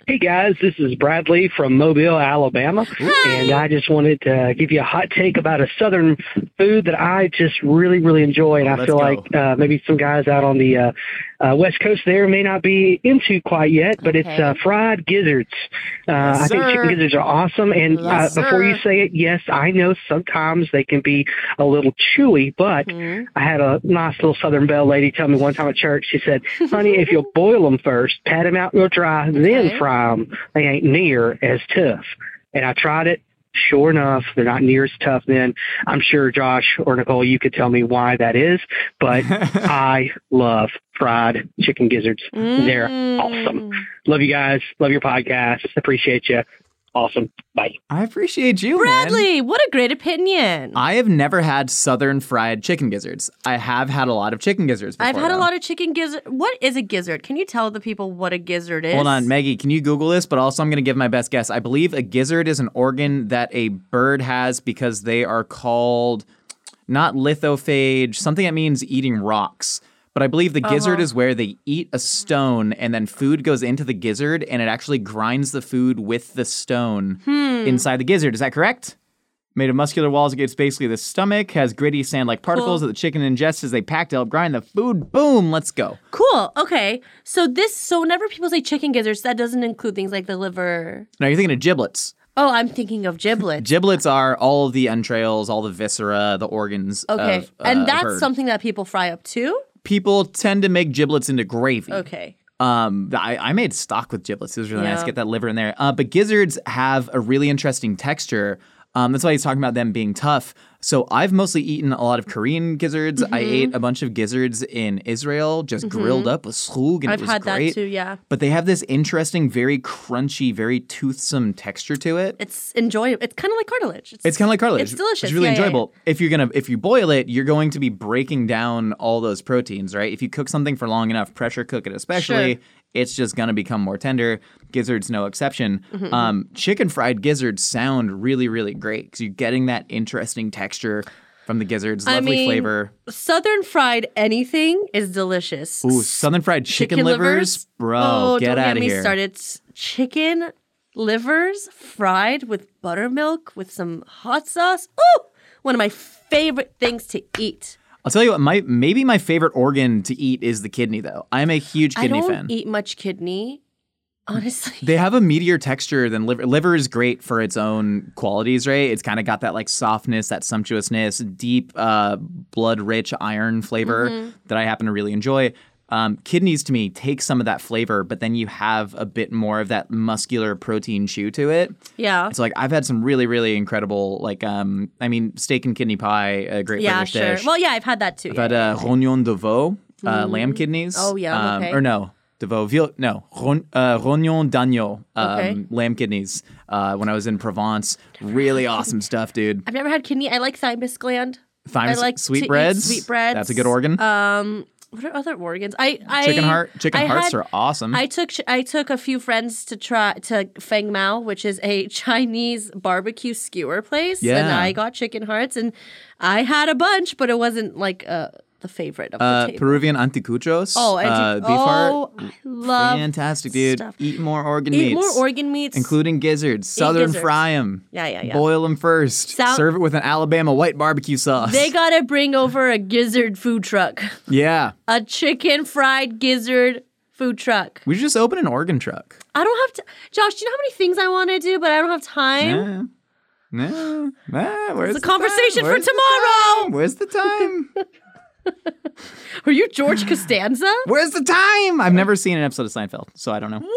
[SPEAKER 14] Hey guys, this is Bradley from Mobile, Alabama, and I just wanted to give you a hot take about a southern food that I just really, really enjoy, and I feel like uh, maybe some guys out on the uh, uh, west coast there may not be into quite yet, but it's
[SPEAKER 8] Okay.
[SPEAKER 14] uh, fried gizzards. Uh,
[SPEAKER 8] Yes,
[SPEAKER 14] I think
[SPEAKER 8] sir.
[SPEAKER 14] chicken gizzards are awesome, and
[SPEAKER 8] Yes,
[SPEAKER 14] uh, before
[SPEAKER 8] sir.
[SPEAKER 14] you say it, yes, I know sometimes they can be a little chewy, but
[SPEAKER 8] Mm-hmm.
[SPEAKER 14] I had a nice little Southern Belle lady tell me one time at church. She said, "Honey, if you'll boil them first, pat them out real dry, then fry them. They ain't near as tough." And I tried it. Sure enough, they're not near as tough. Then I'm sure Josh or Nicole, you could tell me why that is, but I love fried chicken gizzards. They're awesome. Love you guys. Love your podcast. Appreciate you. Awesome. Bye.
[SPEAKER 3] I appreciate you, man.
[SPEAKER 4] Bradley, what a great opinion.
[SPEAKER 3] I have never had southern fried chicken gizzards. I have had a lot of chicken gizzards before.
[SPEAKER 4] I've had a
[SPEAKER 3] though.
[SPEAKER 4] lot of chicken gizzard. What is a gizzard? Can you tell the people what a gizzard is?
[SPEAKER 3] Hold on, Maggie, can you Google this? But also, I'm going to give my best guess. I believe a gizzard is an organ that a bird has because they are called not lithophage, something that means eating rocks. But I believe the gizzard
[SPEAKER 4] Uh-huh.
[SPEAKER 3] is where they eat a stone and then food goes into the gizzard and it actually grinds the food with the stone
[SPEAKER 4] Hmm.
[SPEAKER 3] inside the gizzard. Is that correct? Made of muscular walls, it's basically the stomach, has gritty sand like particles that
[SPEAKER 4] Cool.
[SPEAKER 3] the chicken ingests as they pack to help grind the food. Boom, let's go.
[SPEAKER 4] Cool. Okay. So this so whenever people say chicken gizzards, that doesn't include things like the liver.
[SPEAKER 3] Now you're thinking of giblets.
[SPEAKER 4] Oh, I'm thinking of giblets.
[SPEAKER 3] Giblets are all of the entrails, all the viscera, the organs.
[SPEAKER 4] Okay.
[SPEAKER 3] of, uh, a
[SPEAKER 4] and that's
[SPEAKER 3] bird.
[SPEAKER 4] something that people fry up too?
[SPEAKER 3] people tend to make giblets into gravy.
[SPEAKER 4] Okay.
[SPEAKER 3] Um, I, I made stock with giblets. It was really nice
[SPEAKER 4] Yeah.
[SPEAKER 3] to get that liver in there. Uh, but gizzards have a really interesting texture. Um, that's why he's talking about them being tough. So I've mostly eaten a lot of Korean gizzards. I
[SPEAKER 4] Mhm.
[SPEAKER 3] ate a bunch of gizzards in Israel, just
[SPEAKER 4] Mhm.
[SPEAKER 3] grilled up with slug, and
[SPEAKER 4] I've
[SPEAKER 3] it was
[SPEAKER 4] had
[SPEAKER 3] great.
[SPEAKER 4] that too, yeah.
[SPEAKER 3] But they have this interesting, very crunchy, very toothsome texture to it.
[SPEAKER 4] It's enjoyable. It's kind of like cartilage.
[SPEAKER 3] It's kind of like cartilage.
[SPEAKER 4] It's delicious.
[SPEAKER 3] It's really
[SPEAKER 4] Yeah, yeah, yeah.
[SPEAKER 3] enjoyable. If you're gonna if you boil it, you're going to be breaking down all those proteins, right? If you cook something for long enough, pressure cook it especially,
[SPEAKER 4] Sure.
[SPEAKER 3] it's just gonna become more tender. Gizzards no exception.
[SPEAKER 4] Mhm.
[SPEAKER 3] Um, chicken fried gizzards sound really really great because you're getting that interesting texture from the gizzards,
[SPEAKER 4] I
[SPEAKER 3] lovely
[SPEAKER 4] mean,
[SPEAKER 3] flavor.
[SPEAKER 4] Southern fried anything is delicious.
[SPEAKER 3] Ooh, southern fried chicken, livers, bro,
[SPEAKER 4] oh,
[SPEAKER 3] get
[SPEAKER 4] don't
[SPEAKER 3] out
[SPEAKER 4] get
[SPEAKER 3] of
[SPEAKER 4] me
[SPEAKER 3] here.
[SPEAKER 4] started. S- Chicken livers fried with buttermilk with some hot sauce. Ooh, one of my favorite things to eat.
[SPEAKER 3] I'll tell you what, my maybe my favorite organ to eat is the kidney though. I'm a huge
[SPEAKER 4] I
[SPEAKER 3] kidney
[SPEAKER 4] don't
[SPEAKER 3] fan. Hmm.
[SPEAKER 4] eat much kidney, honestly.
[SPEAKER 3] They have a meatier texture than liver. Liver is great for its own qualities, right? It's kind of got that like softness, that sumptuousness, deep, uh, blood rich iron flavor
[SPEAKER 4] Mhm.
[SPEAKER 3] that I happen to really enjoy. Um, kidneys to me take some of that flavor, but then you have a bit more of that muscular protein chew to it.
[SPEAKER 4] Yeah.
[SPEAKER 3] It's like I've had some really, really incredible, like, um, I mean, steak and kidney pie, a great
[SPEAKER 4] yeah,
[SPEAKER 3] British
[SPEAKER 4] sure.
[SPEAKER 3] dish.
[SPEAKER 4] Well, yeah, I've had that too.
[SPEAKER 3] I've
[SPEAKER 4] yeah.
[SPEAKER 3] had uh, rognon de veau, uh,
[SPEAKER 4] Mm.
[SPEAKER 3] lamb kidneys.
[SPEAKER 4] Oh, yum,
[SPEAKER 3] um,
[SPEAKER 4] okay.
[SPEAKER 3] Or no, de veau, veal, no, ron, uh, rognon d'agneau, um,
[SPEAKER 4] Okay.
[SPEAKER 3] lamb kidneys. Uh, when I was in Provence, really awesome stuff, dude.
[SPEAKER 4] I've never had kidney. I like thymus gland.
[SPEAKER 3] Thymus-
[SPEAKER 4] I like
[SPEAKER 3] sweetbreads?
[SPEAKER 4] To eat sweetbreads.
[SPEAKER 3] That's a good organ.
[SPEAKER 4] Um, what are other organs? I, I
[SPEAKER 3] Chicken heart, chicken
[SPEAKER 4] I
[SPEAKER 3] hearts
[SPEAKER 4] had-
[SPEAKER 3] are awesome.
[SPEAKER 4] I took I took a few friends to try to Feng Mao, which is a Chinese barbecue skewer place, and
[SPEAKER 3] Yeah.
[SPEAKER 4] I got chicken hearts, and I had a bunch, but it wasn't like uh, the favorite of
[SPEAKER 3] uh,
[SPEAKER 4] the table.
[SPEAKER 3] Peruvian anticuchos,
[SPEAKER 4] Oh, anti-
[SPEAKER 3] uh, beef
[SPEAKER 4] oh,
[SPEAKER 3] heart.
[SPEAKER 4] I love
[SPEAKER 3] Fantastic, dude.
[SPEAKER 4] stuff.
[SPEAKER 3] Eat more organ
[SPEAKER 4] Eat
[SPEAKER 3] meats.
[SPEAKER 4] more organ meats.
[SPEAKER 3] Including gizzards. Southern
[SPEAKER 4] gizzards.
[SPEAKER 3] fry them.
[SPEAKER 4] Yeah, yeah, yeah.
[SPEAKER 3] Boil them first.
[SPEAKER 4] Sou-
[SPEAKER 3] Serve it with an Alabama white barbecue sauce.
[SPEAKER 4] They gotta bring over a gizzard food truck,
[SPEAKER 3] yeah.
[SPEAKER 4] a chicken fried gizzard food truck.
[SPEAKER 3] We should just open an organ truck.
[SPEAKER 4] I don't have to. Josh, do you know how many things I want to do, but I don't have time?
[SPEAKER 3] Yeah. Nah, nah, where's
[SPEAKER 4] It's
[SPEAKER 3] the
[SPEAKER 4] a
[SPEAKER 3] time?
[SPEAKER 4] conversation for
[SPEAKER 3] Where's the
[SPEAKER 4] tomorrow.
[SPEAKER 3] time? Where's the time?
[SPEAKER 4] Are you George Costanza?
[SPEAKER 3] Where's the time? I've never seen an episode of Seinfeld, so I don't know.
[SPEAKER 4] What?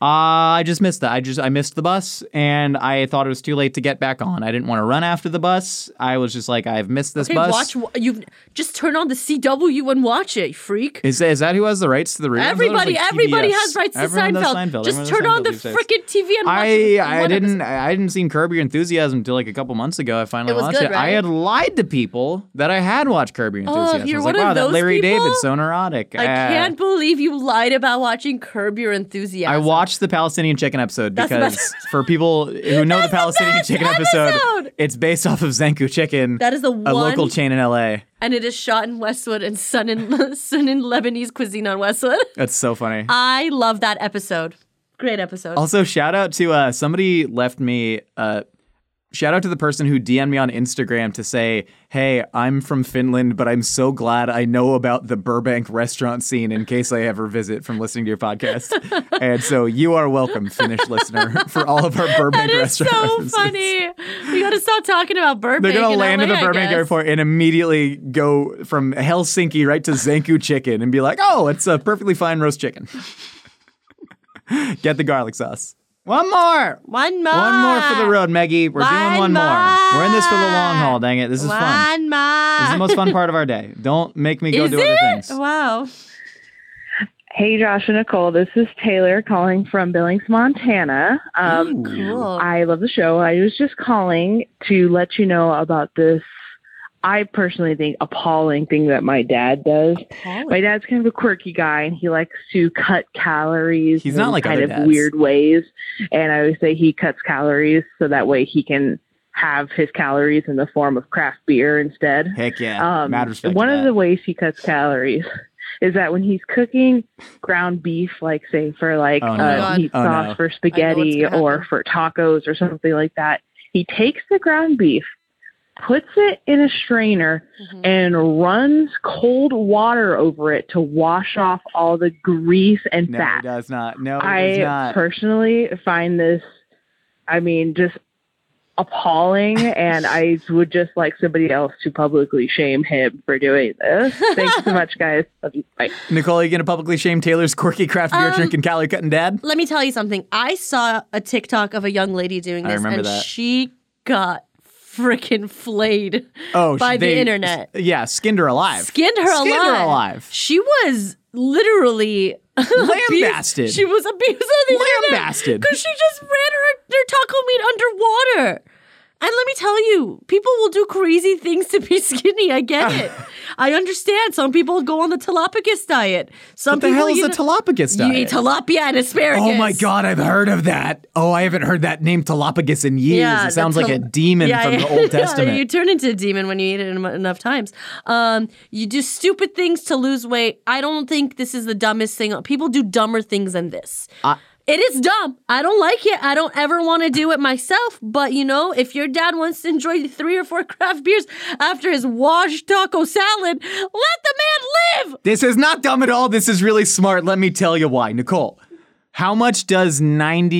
[SPEAKER 3] Uh, I just missed that. I just I missed the bus, and I thought it was too late to get back on. I didn't want to run after the bus. I was just like, I've missed this
[SPEAKER 4] Okay,
[SPEAKER 3] bus.
[SPEAKER 4] watch. You just turn on the CW and watch it, you freak.
[SPEAKER 3] Is, is that who has the rights to the reruns? I thought it was,
[SPEAKER 4] Everybody,
[SPEAKER 3] like,
[SPEAKER 4] everybody
[SPEAKER 3] TBS.
[SPEAKER 4] has rights to
[SPEAKER 3] Everyone does
[SPEAKER 4] Seinfeld.
[SPEAKER 3] Seinfeld.
[SPEAKER 4] Just
[SPEAKER 3] Everyone does
[SPEAKER 4] turn on
[SPEAKER 3] Seinfeld
[SPEAKER 4] the
[SPEAKER 3] these days.
[SPEAKER 4] freaking TV and watch
[SPEAKER 3] I
[SPEAKER 4] it.
[SPEAKER 3] I
[SPEAKER 4] One
[SPEAKER 3] didn't I didn't see Curb Your Enthusiasm until like a couple months ago. I finally
[SPEAKER 4] It was
[SPEAKER 3] watched
[SPEAKER 4] good,
[SPEAKER 3] it. I
[SPEAKER 4] right?
[SPEAKER 3] had lied to people that I had watched Curb Your
[SPEAKER 4] Oh,
[SPEAKER 3] Enthusiasm.
[SPEAKER 4] you're
[SPEAKER 3] I was like,
[SPEAKER 4] one of
[SPEAKER 3] wow, that
[SPEAKER 4] those
[SPEAKER 3] Larry
[SPEAKER 4] people?
[SPEAKER 3] David's so neurotic.
[SPEAKER 4] I
[SPEAKER 3] Uh,
[SPEAKER 4] can't believe you lied about watching Curb Your
[SPEAKER 3] I
[SPEAKER 4] Enthusiasm.
[SPEAKER 3] watched the Palestinian chicken episode
[SPEAKER 4] That's the
[SPEAKER 3] because
[SPEAKER 4] best-
[SPEAKER 3] for people who know the Palestinian chicken
[SPEAKER 4] episode!
[SPEAKER 3] it's based off of Zanku Chicken.
[SPEAKER 4] That is the
[SPEAKER 3] a local
[SPEAKER 4] one-
[SPEAKER 3] chain in LA.
[SPEAKER 4] and it is shot in Westwood and sun in sun in Lebanese cuisine on Westwood.
[SPEAKER 3] That's so funny.
[SPEAKER 4] I love that episode. Great episode.
[SPEAKER 3] Also, shout out to uh, somebody left me. Uh, shout out to the person who DM'd me on Instagram to say, "Hey, I'm from Finland, but I'm so glad I know about the Burbank restaurant scene in case I ever visit from listening to your podcast." and so, you are welcome, Finnish listener, for all of our Burbank restaurant.
[SPEAKER 4] so
[SPEAKER 3] references.
[SPEAKER 4] funny. We got to stop talking about Burbank.
[SPEAKER 3] They're gonna
[SPEAKER 4] in
[SPEAKER 3] land at
[SPEAKER 4] LA,
[SPEAKER 3] the
[SPEAKER 4] I
[SPEAKER 3] Burbank
[SPEAKER 4] guess.
[SPEAKER 3] airport and immediately go from Helsinki right to Zanku chicken and be like, "Oh, it's a perfectly fine roast chicken." Get the garlic sauce. One more.
[SPEAKER 4] One more.
[SPEAKER 3] One more
[SPEAKER 4] Ah.
[SPEAKER 3] for the road, Maggie. We're doing one more. We're in this for the long haul. Dang it, this is fun.
[SPEAKER 4] One more.
[SPEAKER 3] This is the most fun part of our day. Don't make me go
[SPEAKER 4] Is
[SPEAKER 3] do other
[SPEAKER 4] it?
[SPEAKER 3] things.
[SPEAKER 4] Wow.
[SPEAKER 8] Hey, Josh and Nicole. This is Taylor calling from Billings, Montana. Um, I love the show. I was just calling to let you know about this. I personally think appalling thing that my dad does. My dad's kind of a quirky guy, and he likes to cut calories.
[SPEAKER 3] He's not
[SPEAKER 8] in
[SPEAKER 3] like
[SPEAKER 8] kind
[SPEAKER 3] other
[SPEAKER 8] of
[SPEAKER 3] dads.
[SPEAKER 8] weird ways. And I always say he cuts calories so that way he can have his calories in the form of craft beer instead.
[SPEAKER 3] Heck yeah. Mad respect to
[SPEAKER 8] Um, One of the ways he cuts calories is that when he's cooking ground beef, like say for like
[SPEAKER 15] Oh, no.
[SPEAKER 8] uh,
[SPEAKER 15] God.
[SPEAKER 8] meat
[SPEAKER 15] Oh,
[SPEAKER 8] sauce
[SPEAKER 15] no.
[SPEAKER 8] for
[SPEAKER 15] I know
[SPEAKER 8] spaghetti
[SPEAKER 15] what's gonna
[SPEAKER 8] or for tacos or something like that, he takes the ground beef, puts it in a strainer,
[SPEAKER 15] Mm-hmm.
[SPEAKER 8] and runs cold water over it to wash off all the grease and
[SPEAKER 3] No,
[SPEAKER 8] fat.
[SPEAKER 3] he does not. No, he does
[SPEAKER 8] I
[SPEAKER 3] not.
[SPEAKER 8] personally find this, I mean, just appalling, and I would just like somebody else to publicly shame him for doing this. Thanks so much, guys. Love you. Bye.
[SPEAKER 3] Nicole, are you going to publicly shame Taylor's quirky craft beer
[SPEAKER 4] Um,
[SPEAKER 3] drinking calorie cutting dad?
[SPEAKER 4] Let me tell you something. I saw a TikTok of a young lady doing
[SPEAKER 3] I
[SPEAKER 4] this,
[SPEAKER 3] remember
[SPEAKER 4] and
[SPEAKER 3] that.
[SPEAKER 4] she got freaking flayed
[SPEAKER 3] Oh,
[SPEAKER 4] by
[SPEAKER 3] they-
[SPEAKER 4] the internet.
[SPEAKER 3] Yeah, skinned her alive.
[SPEAKER 4] Skinned her alive.
[SPEAKER 3] Skinned her alive.
[SPEAKER 4] She was literally abused.
[SPEAKER 3] Lambasted.
[SPEAKER 4] She was abused on the
[SPEAKER 3] Lambasted.
[SPEAKER 4] because she just ran her their taco meat underwater. And let me tell you, people will do crazy things to be skinny. I get it. I understand. Some people go on the tilapicus diet. Some
[SPEAKER 3] What the
[SPEAKER 4] people
[SPEAKER 3] hell is
[SPEAKER 4] you
[SPEAKER 3] a
[SPEAKER 4] know-
[SPEAKER 3] tilapicus
[SPEAKER 4] You eat
[SPEAKER 3] diet?
[SPEAKER 4] tilapia and asparagus.
[SPEAKER 3] Oh my god, I've heard of that. Oh, I haven't heard that name Telopagus in years.
[SPEAKER 4] Yeah,
[SPEAKER 3] it sounds
[SPEAKER 4] the
[SPEAKER 3] like a
[SPEAKER 4] tel-
[SPEAKER 3] demon
[SPEAKER 4] Yeah,
[SPEAKER 3] from
[SPEAKER 4] yeah.
[SPEAKER 3] the Old
[SPEAKER 4] Yeah,
[SPEAKER 3] Testament.
[SPEAKER 4] you turn into a demon when you eat it en- enough times. Um, you do stupid things to lose weight. I don't think this is the dumbest thing. People do dumber things than this.
[SPEAKER 3] I-
[SPEAKER 4] it is dumb. I don't like it. I don't ever want to do it myself. But you know, if your dad wants to enjoy three or four craft beers after his washed taco salad, let the man live.
[SPEAKER 3] This is not dumb at all. This is really smart. Let me tell you why. Nicole, how much does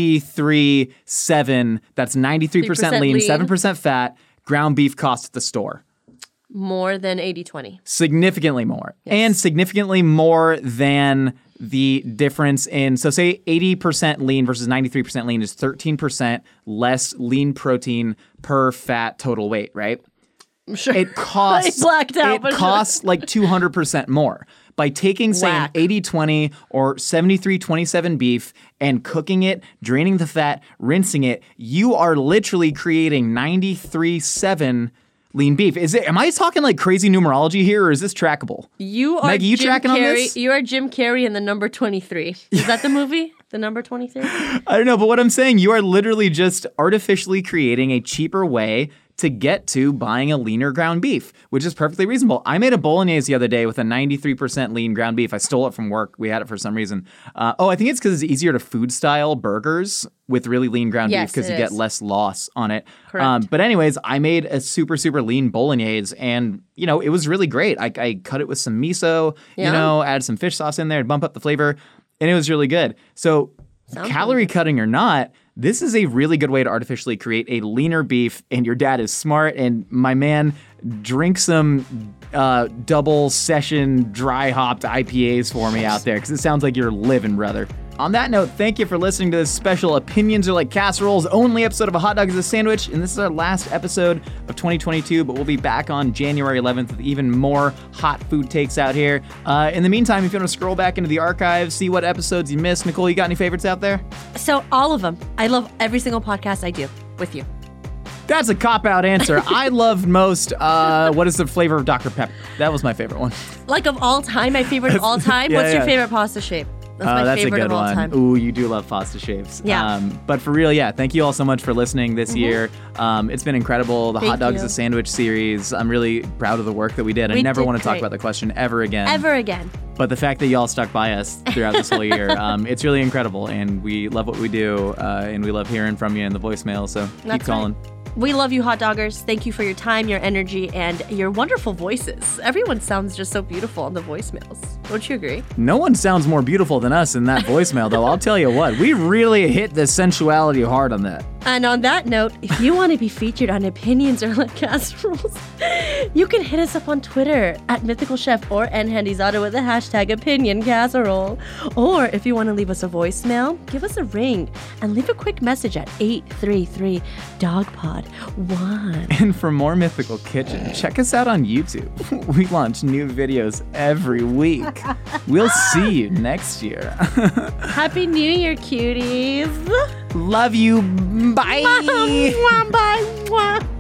[SPEAKER 3] 93 7, that's 93%
[SPEAKER 4] 3%
[SPEAKER 3] lean,
[SPEAKER 4] lean.
[SPEAKER 3] 7% fat, ground beef cost at the store?
[SPEAKER 4] More than 80 20.
[SPEAKER 3] Significantly more. And significantly more than the difference in, so say 80% lean versus 93% lean is 13% less lean protein per fat total weight, right?
[SPEAKER 4] I'm sure.
[SPEAKER 3] It costs
[SPEAKER 4] I blacked out.
[SPEAKER 3] It
[SPEAKER 4] but-
[SPEAKER 3] costs like 200% more. By taking, say, 80 20 or 73 27 beef and cooking it, draining the fat, rinsing it, you are literally creating 93 7 lean beef. Is it, am I talking like crazy numerology here or is this trackable?
[SPEAKER 4] You are
[SPEAKER 3] Maggie, you
[SPEAKER 4] Jim
[SPEAKER 3] tracking on
[SPEAKER 4] Carrey.
[SPEAKER 3] this?
[SPEAKER 4] You are Jim Carrey in the number twenty three. Is that the movie? The number twenty three.
[SPEAKER 3] I don't know, but what I'm saying, you are literally just artificially creating a cheaper way to get to buying a leaner ground beef, which is perfectly reasonable. I made a bolognese the other day with a 93% lean ground beef. I stole it from work. We had it for some reason. Uh, oh, I think it's because it's easier to food style burgers with really lean ground
[SPEAKER 4] Yes,
[SPEAKER 3] beef because
[SPEAKER 4] it
[SPEAKER 3] you get
[SPEAKER 4] is.
[SPEAKER 3] less loss on it. Um,
[SPEAKER 4] Correct.
[SPEAKER 3] but anyways, I made a super super lean bolognese, and you know it was really great. I, I cut it with some miso, you
[SPEAKER 4] Yeah.
[SPEAKER 3] know, add some fish sauce in there to bump up the flavor, and it was really good. So
[SPEAKER 4] Sounds
[SPEAKER 3] calorie cutting or not, this is a really good way to artificially create a leaner beef. And your dad is smart. And my man, drink some uh, double session dry hopped IPAs for me out there because it sounds like you're living, brother. On that note, thank you for listening to this special Opinions Are Like Casseroles only episode of A Hot Dog is a Sandwich. And this is our last episode of 2022, but we'll be back on January 11th with even more hot food takes out here. Uh, in the meantime, if you want to scroll back into the archives, see what episodes you missed. Nicole, you got any favorites out there?
[SPEAKER 4] So all of them. I love every single podcast I do with you.
[SPEAKER 3] That's a cop out answer. I loved most. Uh, what is the flavor of Dr. Pepper? That was my favorite one.
[SPEAKER 4] Like of all time, my favorite of all time.
[SPEAKER 3] Yeah,
[SPEAKER 4] What's your
[SPEAKER 3] yeah.
[SPEAKER 4] favorite pasta shape? That's
[SPEAKER 3] Uh,
[SPEAKER 4] my
[SPEAKER 3] that's
[SPEAKER 4] favorite
[SPEAKER 3] a good
[SPEAKER 4] of all
[SPEAKER 3] one.
[SPEAKER 4] time.
[SPEAKER 3] Ooh, you do love pasta shapes.
[SPEAKER 4] Yeah.
[SPEAKER 3] Um, but for real, yeah. Thank you all so much for listening this
[SPEAKER 4] Mhm.
[SPEAKER 3] year. Um, it's been incredible. The
[SPEAKER 4] Thank
[SPEAKER 3] hot dog is
[SPEAKER 4] you.
[SPEAKER 3] a sandwich series. I'm really proud of the work that we did. I
[SPEAKER 4] We
[SPEAKER 3] never
[SPEAKER 4] did
[SPEAKER 3] want to talk
[SPEAKER 4] great.
[SPEAKER 3] about the question ever again.
[SPEAKER 4] Ever again.
[SPEAKER 3] But the fact that y'all stuck by us throughout this whole year, um, it's really incredible. And we love what we do. Uh, and we love hearing from you in the voicemail. So keep
[SPEAKER 4] That's right.
[SPEAKER 3] calling.
[SPEAKER 4] We love you, hot doggers. Thank you for your time, your energy, and your wonderful voices. Everyone sounds just so beautiful on the voicemails. Don't you agree?
[SPEAKER 3] No one sounds more beautiful than us in that voicemail, though. I'll tell you what, we really hit the sensuality hard on that.
[SPEAKER 4] And on that note, if you want to be featured on opinions or like casseroles, you can hit us up on Twitter at Mythical Chef or NHandysAuto with the hashtag opinion casserole. Or if you want to leave us a voicemail, give us a ring and leave a quick message at 833 DogPod 1.
[SPEAKER 3] And for more Mythical Kitchen, check us out on YouTube. We launch new videos every week. We'll see you next year.
[SPEAKER 4] Happy New Year, cuties!
[SPEAKER 3] Love you. Bye.
[SPEAKER 4] Mwah, mwah, bye. mwah.